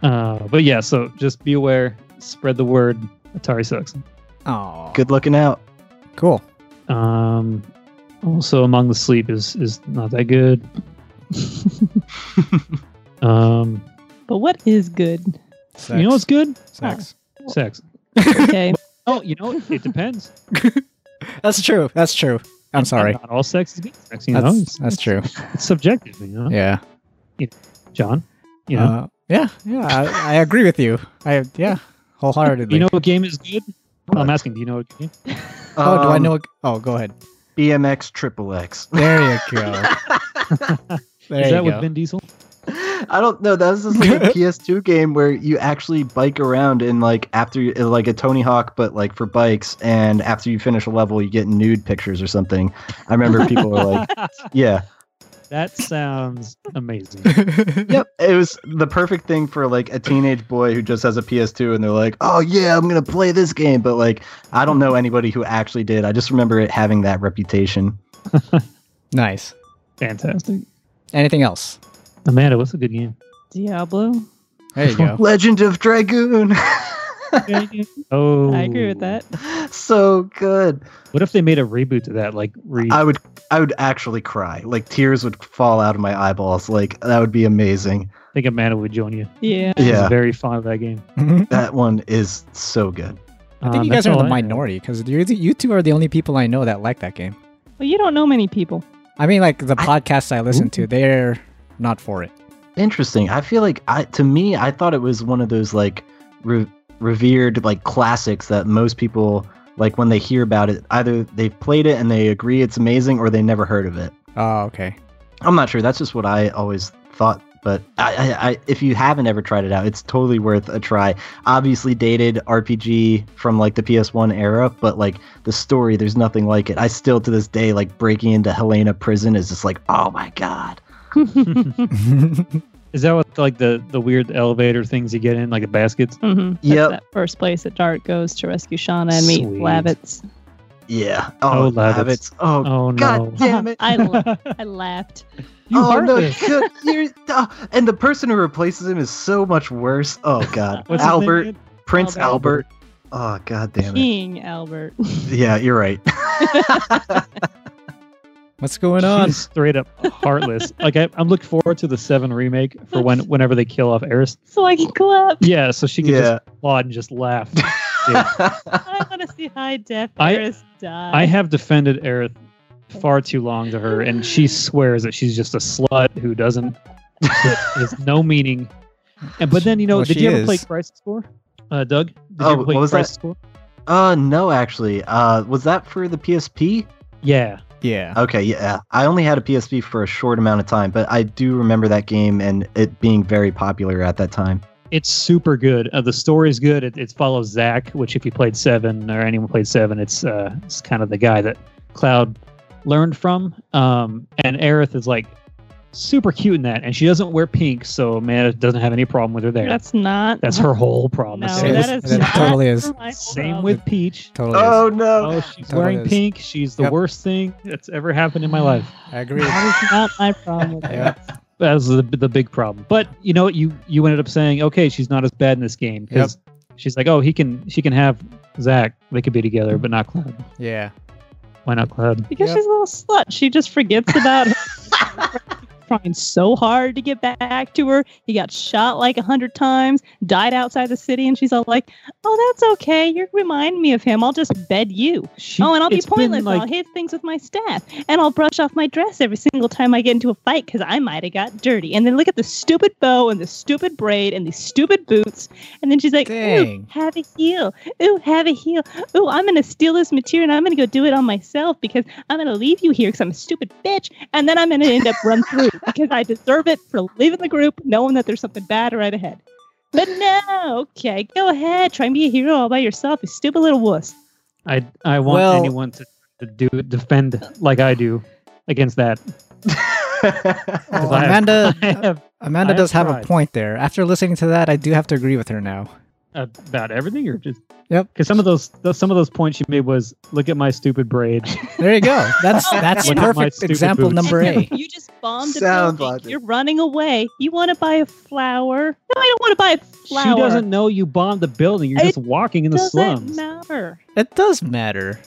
D: Uh, but yeah, so just be aware, spread the word. Atari sucks.
A: oh,
C: Good looking out.
A: Cool.
D: Um, also, Among the Sleep is is not that good. um,
B: But what is good?
A: Sex.
D: you know what's good?
A: Sex.
C: Oh.
D: Sex.
B: Okay.
D: Oh, you know it depends.
A: That's true. That's true. I'm sorry.
D: Not all sex is good sex. You know,
A: That's,
D: it's,
A: that's true.
D: it's subjective. You know,
A: Yeah.
D: John. You know,
A: Uh, yeah. Yeah. I, I agree with you. I yeah, wholeheartedly.
D: you know what game is good? I'm
C: What?
D: asking. Do you know what game?
A: oh, do I
C: Um,
A: know? a- Oh, go ahead.
C: BMX Triple X?
A: There you go. there
D: is
A: you
D: that with
A: go.
D: Vin Diesel?
C: I don't know. That was this like a PS2 game where you actually bike around and like after you, like a Tony Hawk, but like for bikes. And after you finish a level, you get nude pictures or something. I remember people were like, "Yeah,
D: that sounds amazing.
C: yep." It was the perfect thing for like a teenage boy who just has a PS2, and they're like, "Oh yeah, I'm gonna play this game." But like, I don't know anybody who actually did. I just remember it having that reputation.
A: nice.
D: Fantastic.
A: Anything else?
D: Amanda, what's a good game?
B: Diablo.
A: There you go.
C: Legend of Dragoon,
D: oh,
B: I agree with that.
C: so good.
D: What if they made a reboot to that? Like, re-
C: I would I would actually cry. Like tears would fall out of my eyeballs. Like that would be amazing.
D: I think Amanda would join you.
B: Yeah.
D: She's
C: Yeah.
D: very fond of that game. Um,
A: Mhm.
C: That one is so good.
A: I think you guys are the minority because you you two are the only people I know that like that game.
B: Well, you don't know many people.
A: I mean, like the
C: I-
A: podcasts I listen to, they're not for it.
C: Interesting. I feel like I to me I thought it was one of those like re- revered like classics that most people like when they hear about it either they've played it and they agree it's amazing or they never heard of it.
A: Oh, okay.
C: I'm not sure. That's just what I always thought. But I, I, I, if you haven't ever tried it out, it's totally worth a try. Obviously, dated RPG from like the PS1 era, but like the story, there's nothing like it. I still to this day, like breaking into Helena prison is just like, oh my god.
B: mm-hmm.
D: Hmm. Is that what like the the weird elevator things you get in, like the baskets?
C: Yep.
B: Mm-hmm. That first place that Dart goes to rescue Shauna and meet
D: Sweet.
B: Lavitz.
C: Yeah. Oh,
D: Oh, Lavitz.
C: Lavitz. Oh,
D: Oh
C: god
D: no!
C: damn it.
B: Uh-huh. I, la- I laughed.
D: you
C: oh
D: heartless.
C: no. You're, oh, and the person who replaces him is so much worse. Oh god.
D: What's his name
C: Albert,
D: again?
C: Prince
B: Albert.
C: Albert. Oh god damn it.
B: King Albert.
C: Yeah, you're right.
A: What's going
D: She's
A: on?
D: Straight up heartless. like I, I'm looking forward to the seven remake for when whenever they kill off Eris.
B: so I can clap.
D: Yeah, so she can
C: yeah.
D: just applaud and just laugh.
B: I want to see high def
D: I-
B: Eris die.
D: I have defended Aerith far too long to her, and she swears that she's just a slut who doesn't that has no meaning. And but then you know,
A: Well,
D: did
A: she
D: you ever play
A: is.
D: Crisis Core? Uh, Doug, did
C: Oh,
D: you ever play
C: what was that?
D: Crisis Core?
C: Uh, no, actually. Uh, was that for the PSP?
D: Yeah,
A: Yeah.
C: Okay, yeah. I only had a PSP for a short amount of time, but I do remember that game and it being very popular at that time.
D: it's super good. Uh, the story is good. It, it follows Zack, which if you played Seven or anyone played Seven, it's uh, it's kind of the guy that Cloud learned from. Um, and Aerith is like super cute in that, and she doesn't wear pink, so Amanda doesn't have any problem with her there. That's,
B: That's not.
D: her whole problem.
B: No,
D: It's
A: Same with-
D: like-
B: that is
A: Oh, that
B: not
A: totally is.
B: my
D: Same
B: problem.
D: with Peach.
A: Totally. is.
C: Oh no.
D: Oh, she's
A: Totally
D: wearing
A: is.
D: pink. She's the
A: Yep.
D: worst thing that's ever happened in my life.
A: I agree.
B: That is not my problem.
A: Yeah.
D: That was the, the big problem. But you know what? You you ended up saying, okay, she's not as bad in this game because she's like, oh, he can she can have Zach. They could be together, but not Cloud.
A: Yeah.
D: Why not Cloud?
B: Because
A: Yep.
B: she's a little slut. She just forgets about him. Trying so hard to get back to her. He got shot like a hundred times, died outside the city, and she's all like, Oh, that's okay. You remind me of him. I'll just bed you.
D: She,
B: oh, and I'll be
D: it's been,
B: pointless. and
D: like-
B: I'll hit things with my staff. And I'll brush off my dress every single time I get into a fight because I might have got dirty. And then look at the stupid bow and the stupid braid and the stupid boots. And then she's like, Ooh,
A: Dang.
B: have a heel. Ooh, have a heel. Ooh, I'm going to steal this material and I'm going to go do it on myself because I'm going to leave you here because I'm a stupid bitch. And then I'm going to end up run through because I deserve it for leaving the group knowing that there's something bad right ahead. But no, okay, go ahead. Try and be a hero all by yourself, you stupid little wuss.
D: I I want
A: Well-
D: anyone to, to do defend like I do against that.
A: Well,
D: I have-
A: Amanda
D: I have
A: Amanda
D: I
A: does
D: have
A: have a
D: tried.
A: point there. After listening to that, I do have to agree with her now.
D: about everything, or just
A: Yep.
D: Because some of those, those some of those points you made was look at my stupid braid.
A: There you go. That's that's
D: Look at my
A: perfect
D: stupid
A: example
D: boots.
A: number
B: And
A: A.
B: You you just bombed a
C: Sound
B: building.
C: logic.
B: You're running away. You want to buy a flower? No, I don't want to buy a flower.
D: She doesn't know you bombed the building. You're
B: It
D: just walking in the
B: doesn't
D: slums.
B: matter.
A: It does matter.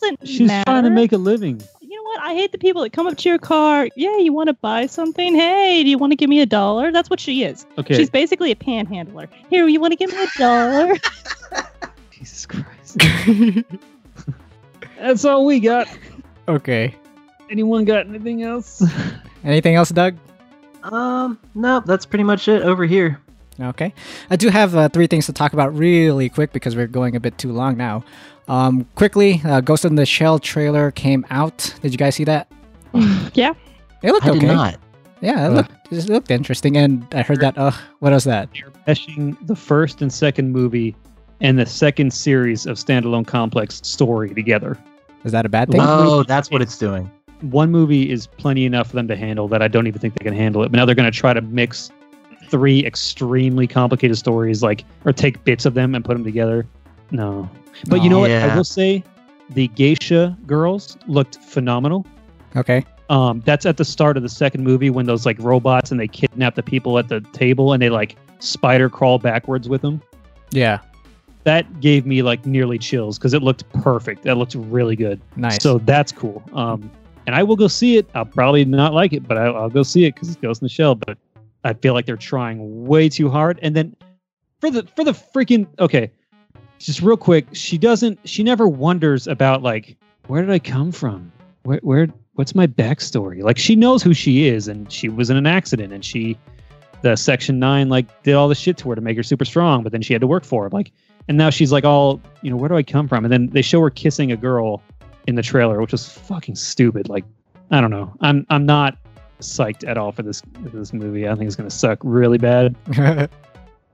B: Doesn't
D: She's
B: matter.
D: trying to make a living.
B: You know what? I hate the people that come up to your car. Yeah, you want to buy something? Hey, do you want to give me a dollar? That's what she is.
D: Okay.
B: She's basically a panhandler. Here, you want to give me a dollar?
D: Jesus Christ. That's all we got.
A: Okay.
D: Anyone got anything else?
A: Anything else, Doug?
C: um, no, that's pretty much it over here.
A: Okay. I do have uh, three things to talk about really quick because we're going a bit too long now. Um, quickly, uh, Ghost in the Shell trailer came out. Did you guys see that?
B: yeah.
A: It looked
C: I did
A: okay.
C: not. Uh.
A: Yeah, it
D: Ugh.
A: looked it looked interesting, and I heard that. Ugh, what was that?
D: You're meshing the first and second movie and the second series of standalone complex story together.
A: Is that a bad thing?
D: Wow.
C: Oh, that's what it's doing.
D: One movie is plenty enough for them to handle that I don't even think they can handle it. But now they're going to try to mix three extremely complicated stories, like, or take bits of them and put them together. No. But
A: Oh,
D: you know what? I
C: Yeah.
D: will say the geisha girls looked phenomenal.
A: Okay.
D: Um, that's at the start of the second movie when those like robots and they kidnap the people at the table and they like spider crawl backwards with them.
A: Yeah.
D: That gave me like nearly chills because it looked perfect. That looked really good.
A: Nice.
D: So that's cool. Um, and I will go see it. I'll probably not like it, but I, I'll go see it because it's Ghost in the Shell. But I feel like they're trying way too hard. And then for the for the freaking okay, just real quick, she doesn't. She never wonders about like where did I come from? Where where what's my backstory? Like she knows who she is, and she was in an accident, and she the section nine like did all the shit to her to make her super strong, but then she had to work for it. Like and now she's like all you know where do I come from? And then they show her kissing a girl in the trailer, which was fucking stupid. Like, I don't know. I'm I'm not psyched at all for this this movie. I think it's gonna suck really bad.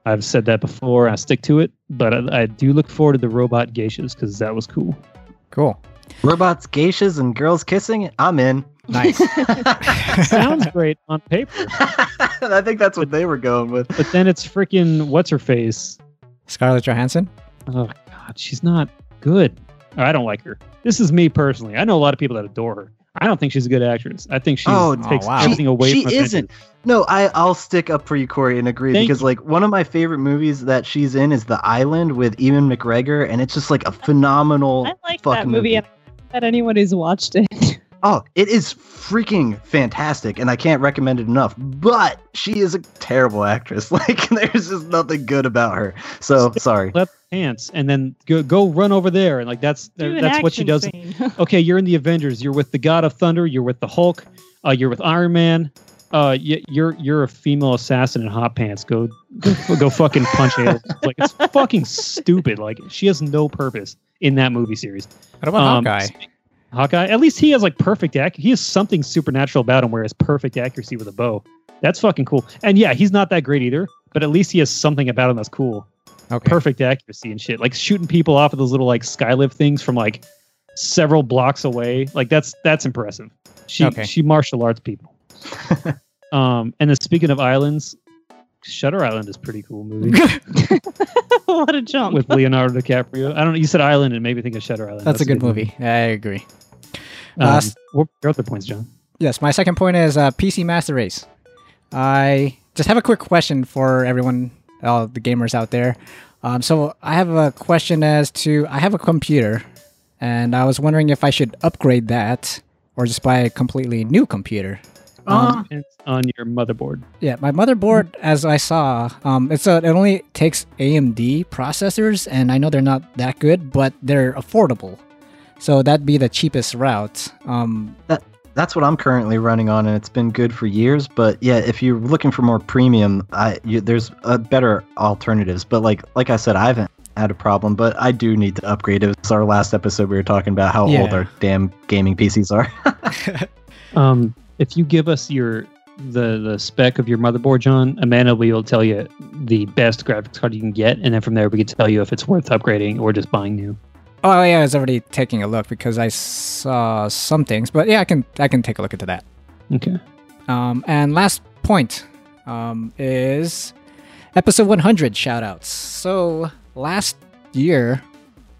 D: I've said that before. I stick to it, but I, I do look forward to the robot geishas because that was cool.
A: cool.
C: Robots, geishas, and girls kissing. I'm in.
A: Nice.
D: Sounds great on paper,
C: I think that's what they were going with.
D: but then it's freaking what's her face?
A: Scarlett Johansson.
D: Oh God, she's not good. I don't like her. This is me personally. I know a lot of people that adore her. I don't think she's a good actress. I think she
C: Oh,
D: takes
A: oh, wow.
D: everything away
C: She-
D: from
C: she isn't. No, I, I'll stick up for you, Corey, and agree
D: Thank
C: because like one of my favorite movies that she's in is The Island with Ewan McGregor, and it's just like a phenomenal.
B: I like that
C: fucking
B: movie.
C: movie.
B: and I bet anyone who's watched it.
C: Oh, it is freaking fantastic, and I can't recommend it enough. But she is a terrible actress. Like there's just nothing good about her. So sorry.
D: left pants and then go, go run over there and like that's
B: Do an
D: that's what she
B: action
D: does
B: scene.
D: okay you're in the avengers you're with the god of thunder you're with the hulk uh, you're with iron man uh, y- you're you're a female assassin in hot pants. Go go, go fucking punch it. Like it's fucking stupid. Like she has no purpose in that movie series.
A: What about
D: Um,
A: Hawkeye?
D: Hawkeye. At least he has like perfect ac. He has something supernatural about him, where his perfect accuracy with a bow. That's fucking cool. And yeah, he's not that great either. But at least he has something about him that's cool
A: Okay.
D: perfect accuracy and shit. Like shooting people off of those little like skylift things from like several blocks away. Like that's that's impressive. She
A: Okay.
D: she martial arts people. um and then speaking of islands, Shutter Island is a pretty cool movie
B: what a jump.
D: with Leonardo DiCaprio. I don't know. You said island and made me think of Shutter Island.
A: That's a good movie. I agree. Uh,
D: Um,
A: s-
D: what are your other points, John?
A: Yes, my second point is uh, PC Master Race. I just have a quick question for everyone, all the gamers out there. Um, so I have a question as to I have a computer, and I was wondering if I should upgrade that or just buy a completely new computer.
C: Um,
D: It's on your motherboard.
A: Yeah, my motherboard, as I saw, um, it's a, it only takes AMD processors, and I know they're not that good, but they're affordable. So that'd be the cheapest route. Um,
C: that's what I'm currently running on, and it's been good for years. But yeah, if you're looking for more premium, I you, there's uh, better alternatives. But like like I said, I haven't had a problem, but I do need to upgrade. It was our last episode we were talking about how old
A: Yeah.
C: our damn gaming PCs are.
D: Um, if you give us your the the spec of your motherboard, John, Amanda will tell you the best graphics card you can get, and then from there we can tell you if it's worth upgrading or just buying new.
A: oh yeah, I was already taking a look because I saw some things, but yeah, I can I can take a look into that.
D: Okay.
A: Um, and last point um, is episode 100 shout outs. So last year,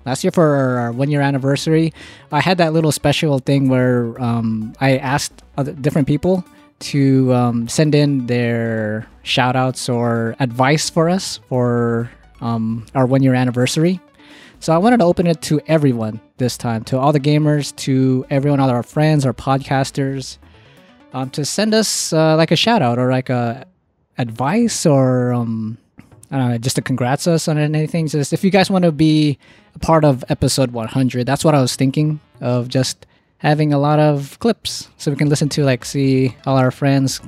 A: last year for our one year anniversary, I had that little special thing where um, I asked other, different people to um, send in their shout outs or advice for us for um, our one year anniversary. So I wanted to open it to everyone this time, to all the gamers, to everyone, all our friends, our podcasters, um, to send us uh, like a shout out or like a advice or um, I don't know, just to congrats us on anything. Just if you guys want to be a part of episode 100, that's what I was thinking of just having a lot of clips so we can listen to like see all our friends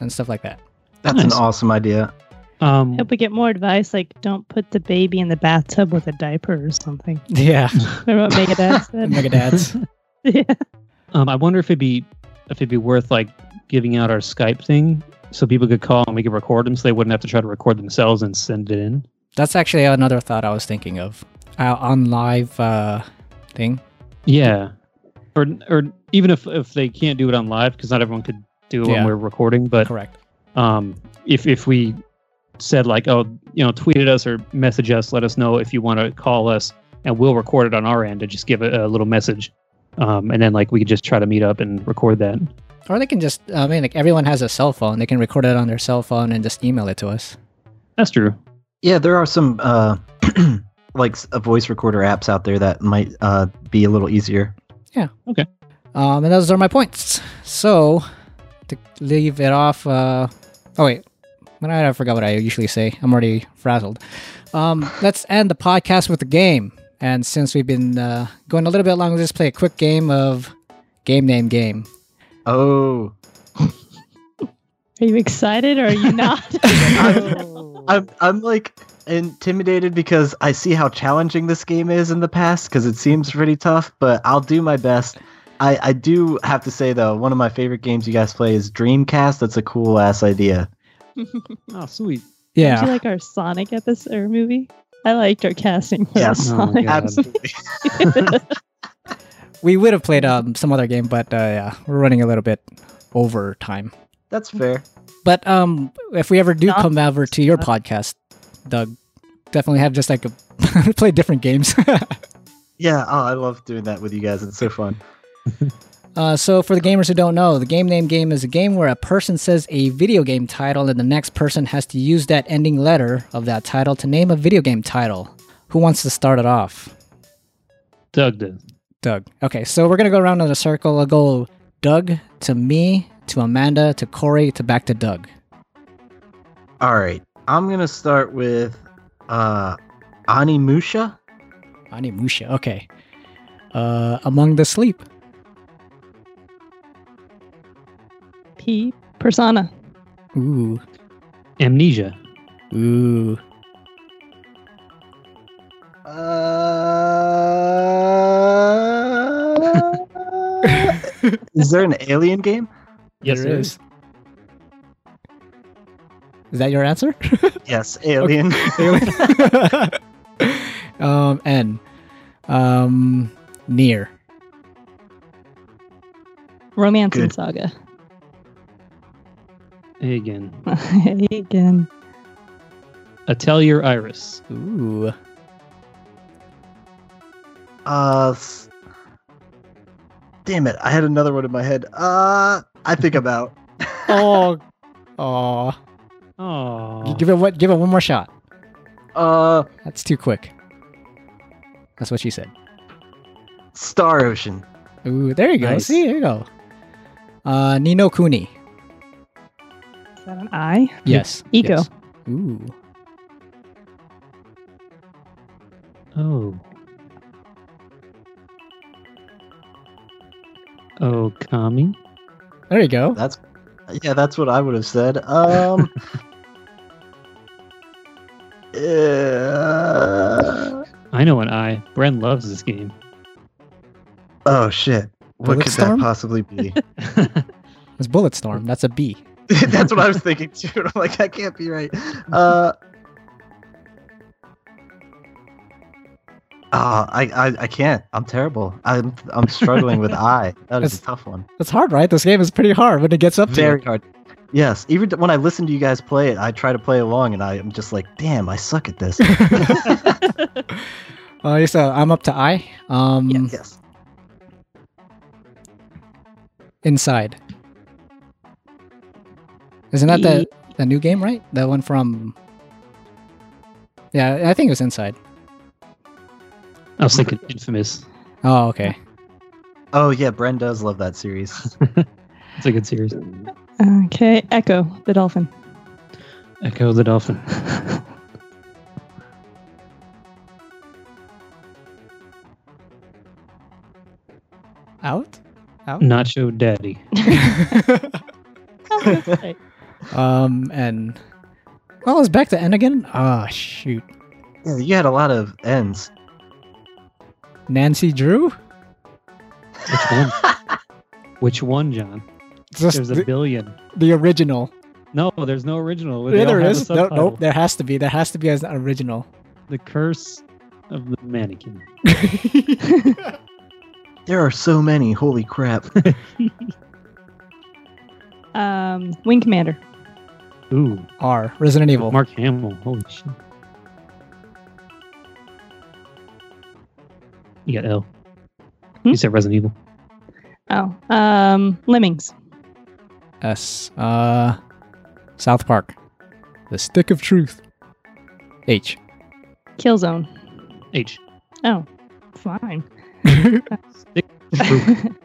A: and stuff like that.
C: That's an
D: Nice.
C: awesome idea.
D: Um,
B: Hope we get more advice like don't put the baby in the bathtub with a diaper or something.
A: Yeah,
B: Remember what Megadad said?
A: mega dads.
B: yeah.
D: um, I wonder if it'd be if it'd be worth like giving out our Skype thing so people could call and we could record them, so they wouldn't have to try to record themselves and send it in.
A: that's actually another thought I was thinking of uh, on live uh, thing.
D: Yeah, or or even if if they can't do it on live because not everyone could do it when
A: Yeah.
D: we're recording, but
A: Correct.
D: um, if if we said like oh you know tweet at us or message us let us know if you want to call us and we'll record it on our end and just give a, a little message um, and then like we could just try to meet up and record that
A: Or they can just, I mean, like everyone has a cell phone. They can record it on their cell phone and just email it to us.
D: that's true
C: Yeah, there are some uh, like s- uh, voice recorder apps out there that might uh, be a little easier.
A: Um, and those are my points. So, to leave it off, uh, oh wait, I I forgot what I usually say. I'm already frazzled. Um, let's end the podcast with a game. And since we've been uh, going a little bit long, let's just play a quick game of game name game.
C: Oh,
B: Are you excited or are you not?
C: I'm I'm like intimidated because I see how challenging this game is in the past because it seems pretty tough, but I'll do my best. I, I do have to say though, one of my favorite games you guys play is Dreamcast. That's a cool ass idea.
D: oh sweet
B: Did you like our Sonic episode or movie? I liked our casting for
C: Yes.
D: Oh,
B: Sonic.
D: God.
C: Absolutely.
A: we would have played um, some other game, but uh, yeah, we're running a little bit over time.
C: That's fair.
A: But um, if we ever do
B: Not-
A: come over to your podcast, Doug, definitely have just like a play different games.
C: Yeah, oh, I love doing that with you guys. It's so fun.
A: Uh, so, for the gamers who don't know, the game name game is a game where a person says a video game title and the next person has to use that ending letter of that title to name a video game title. Who wants to start it off?
D: doug did
A: Doug. Okay, so we're going to go around in a circle. I'll go Doug to me, to Amanda, to Corey, to back to Doug.
C: All right, I'm gonna start with uh, Animusha.
A: Animusha. Okay. Uh, Among the Sleep.
B: P persona.
A: Ooh.
D: amnesia
A: Ooh.
C: Uh... is there an alien game?
D: yes
A: There is. Is that your answer?
C: Yes, alien.
A: um, N. Um, near.
B: Romance and
C: Good.
B: saga.
D: again
B: Again.
D: atelier iris
A: Ooh.
C: Uh, s- damn it! I had another one in my head. Uh, I think about.
A: Oh, Oh,
D: Oh,
A: give it what? Give it one more shot.
C: Uh,
A: That's too quick. That's what she said.
C: Star Ocean.
A: Ooh, there you go.
D: Nice.
A: See, there you go. Uh, Nino Kuni.
B: Is that an I?
A: Yes.
B: Eco.
A: yes. Ooh.
D: oh, oh, Kami.
A: There you go.
C: That's yeah, that's what I would have said. Um. uh,
D: I know an I. Bren loves this game.
C: oh shit! What could
A: Bulletstorm?
C: that possibly be?
A: It's Bulletstorm. That's a B.
C: that's what I was thinking too. and I'm like, that can't be right. Uh. ah, I, I I can't. I'm terrible. I'm I'm struggling with I. That is
A: That's-
C: a tough one.
A: It's hard, right? This game is pretty hard when it gets up to
C: very
A: it.
C: hard. Yes, even when I listen to you guys play it, I try to play along, and I am just like, damn, I suck at this.
A: Uh, yeah, so I'm up to I. Um,
C: yes.
A: Inside. Isn't that
B: E.
A: the the new game, right? That one from. Yeah, I think it was Inside.
D: I was thinking Infamous.
A: Oh, okay.
C: Oh yeah, Bren does love that series.
D: It's a good series.
B: Okay, Echo the dolphin.
D: Echo the Dolphin.
A: Out. Out.
D: Nacho Daddy.
B: Oh, that's right.
A: um, and well, it's back to N again. Ah, shoot.
C: yeah, you had a lot of ends.
A: Nancy Drew.
D: Which one? Which one, John?
A: Just
D: There's a
A: the,
D: billion.
A: the original.
D: No, there's no original. They
A: Yeah,
D: all
A: there
D: have a
A: is. No,
D: subtitle.
A: nope, there has to be. There has to be as an original.
D: The Curse of the Mannequin.
C: There are so many. Holy crap!
B: Um, Wing Commander.
D: Ooh,
A: R. Resident Evil.
D: Mark Hamill. Holy shit. You got L.
B: Hmm?
D: You said Resident Evil.
B: Oh, um, Lemmings.
A: S. Uh, South Park. The Stick of Truth. H.
B: Killzone.
D: H.
B: Oh, fine.
D: Stick. Fruit.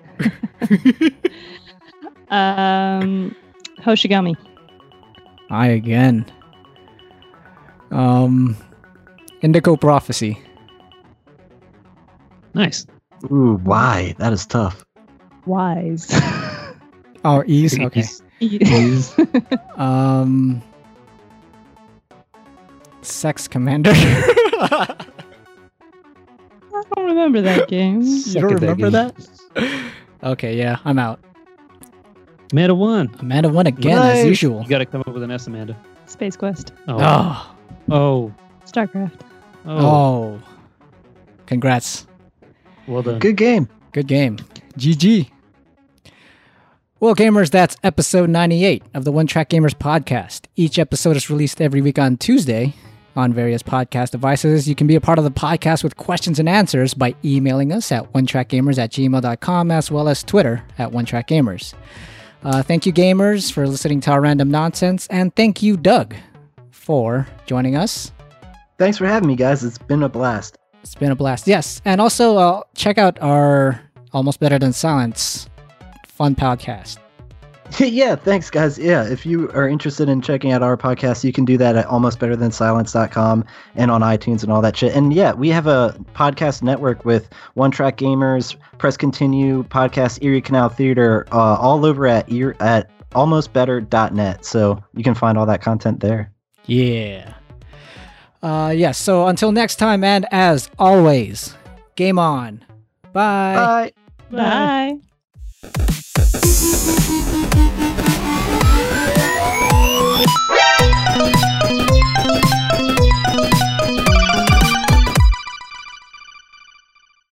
B: um, Hoshigami.
A: I again. Um, Indigo Prophecy.
D: nice.
C: Ooh, why? That is tough.
B: Wise.
A: Oh, E's. Okay.
D: He's- he's-
A: Um, Sex Commander.
B: I don't remember that game.
A: You don't
D: suck at
A: remember
D: game.
A: okay, yeah, I'm out.
D: Amanda won.
A: Amanda won again as
C: Nice.
A: usual.
D: You got to come up with an S, Amanda.
B: Space Quest.
D: Oh.
A: Oh,
D: Oh.
B: Starcraft.
D: Oh.
A: oh, congrats.
D: Well done.
C: Good game.
A: Good game. GG. Well, gamers, that's episode 98 of the One Track Gamers podcast. Each episode is released every week on Tuesday on various podcast devices. You can be a part of the podcast with questions and answers by emailing us at onetrackgamers at gmail.com as well as Twitter at onetrackgamers. Uh, thank you, gamers, for listening to our random nonsense. And thank you, Doug, for joining us.
C: Thanks for having me, guys. It's been a blast.
A: It's been a blast. Yes. And also, uh, check out our Almost Better Than Silence fun podcast.
C: yeah, thanks, guys. Yeah, if you are interested in checking out our podcast, you can do that at almostbetterthansilence.com and on iTunes and all that shit. And yeah, we have a podcast network with One Track Gamers, Press Continue, Podcast Erie Canal Theater, uh, all over at ear at almostbetter.net. So you can find all that content there.
A: Yeah. Uh, yes. so until next time, and as always, game on. Bye.
C: Bye.
B: Bye.
D: Bye.
E: Thank you.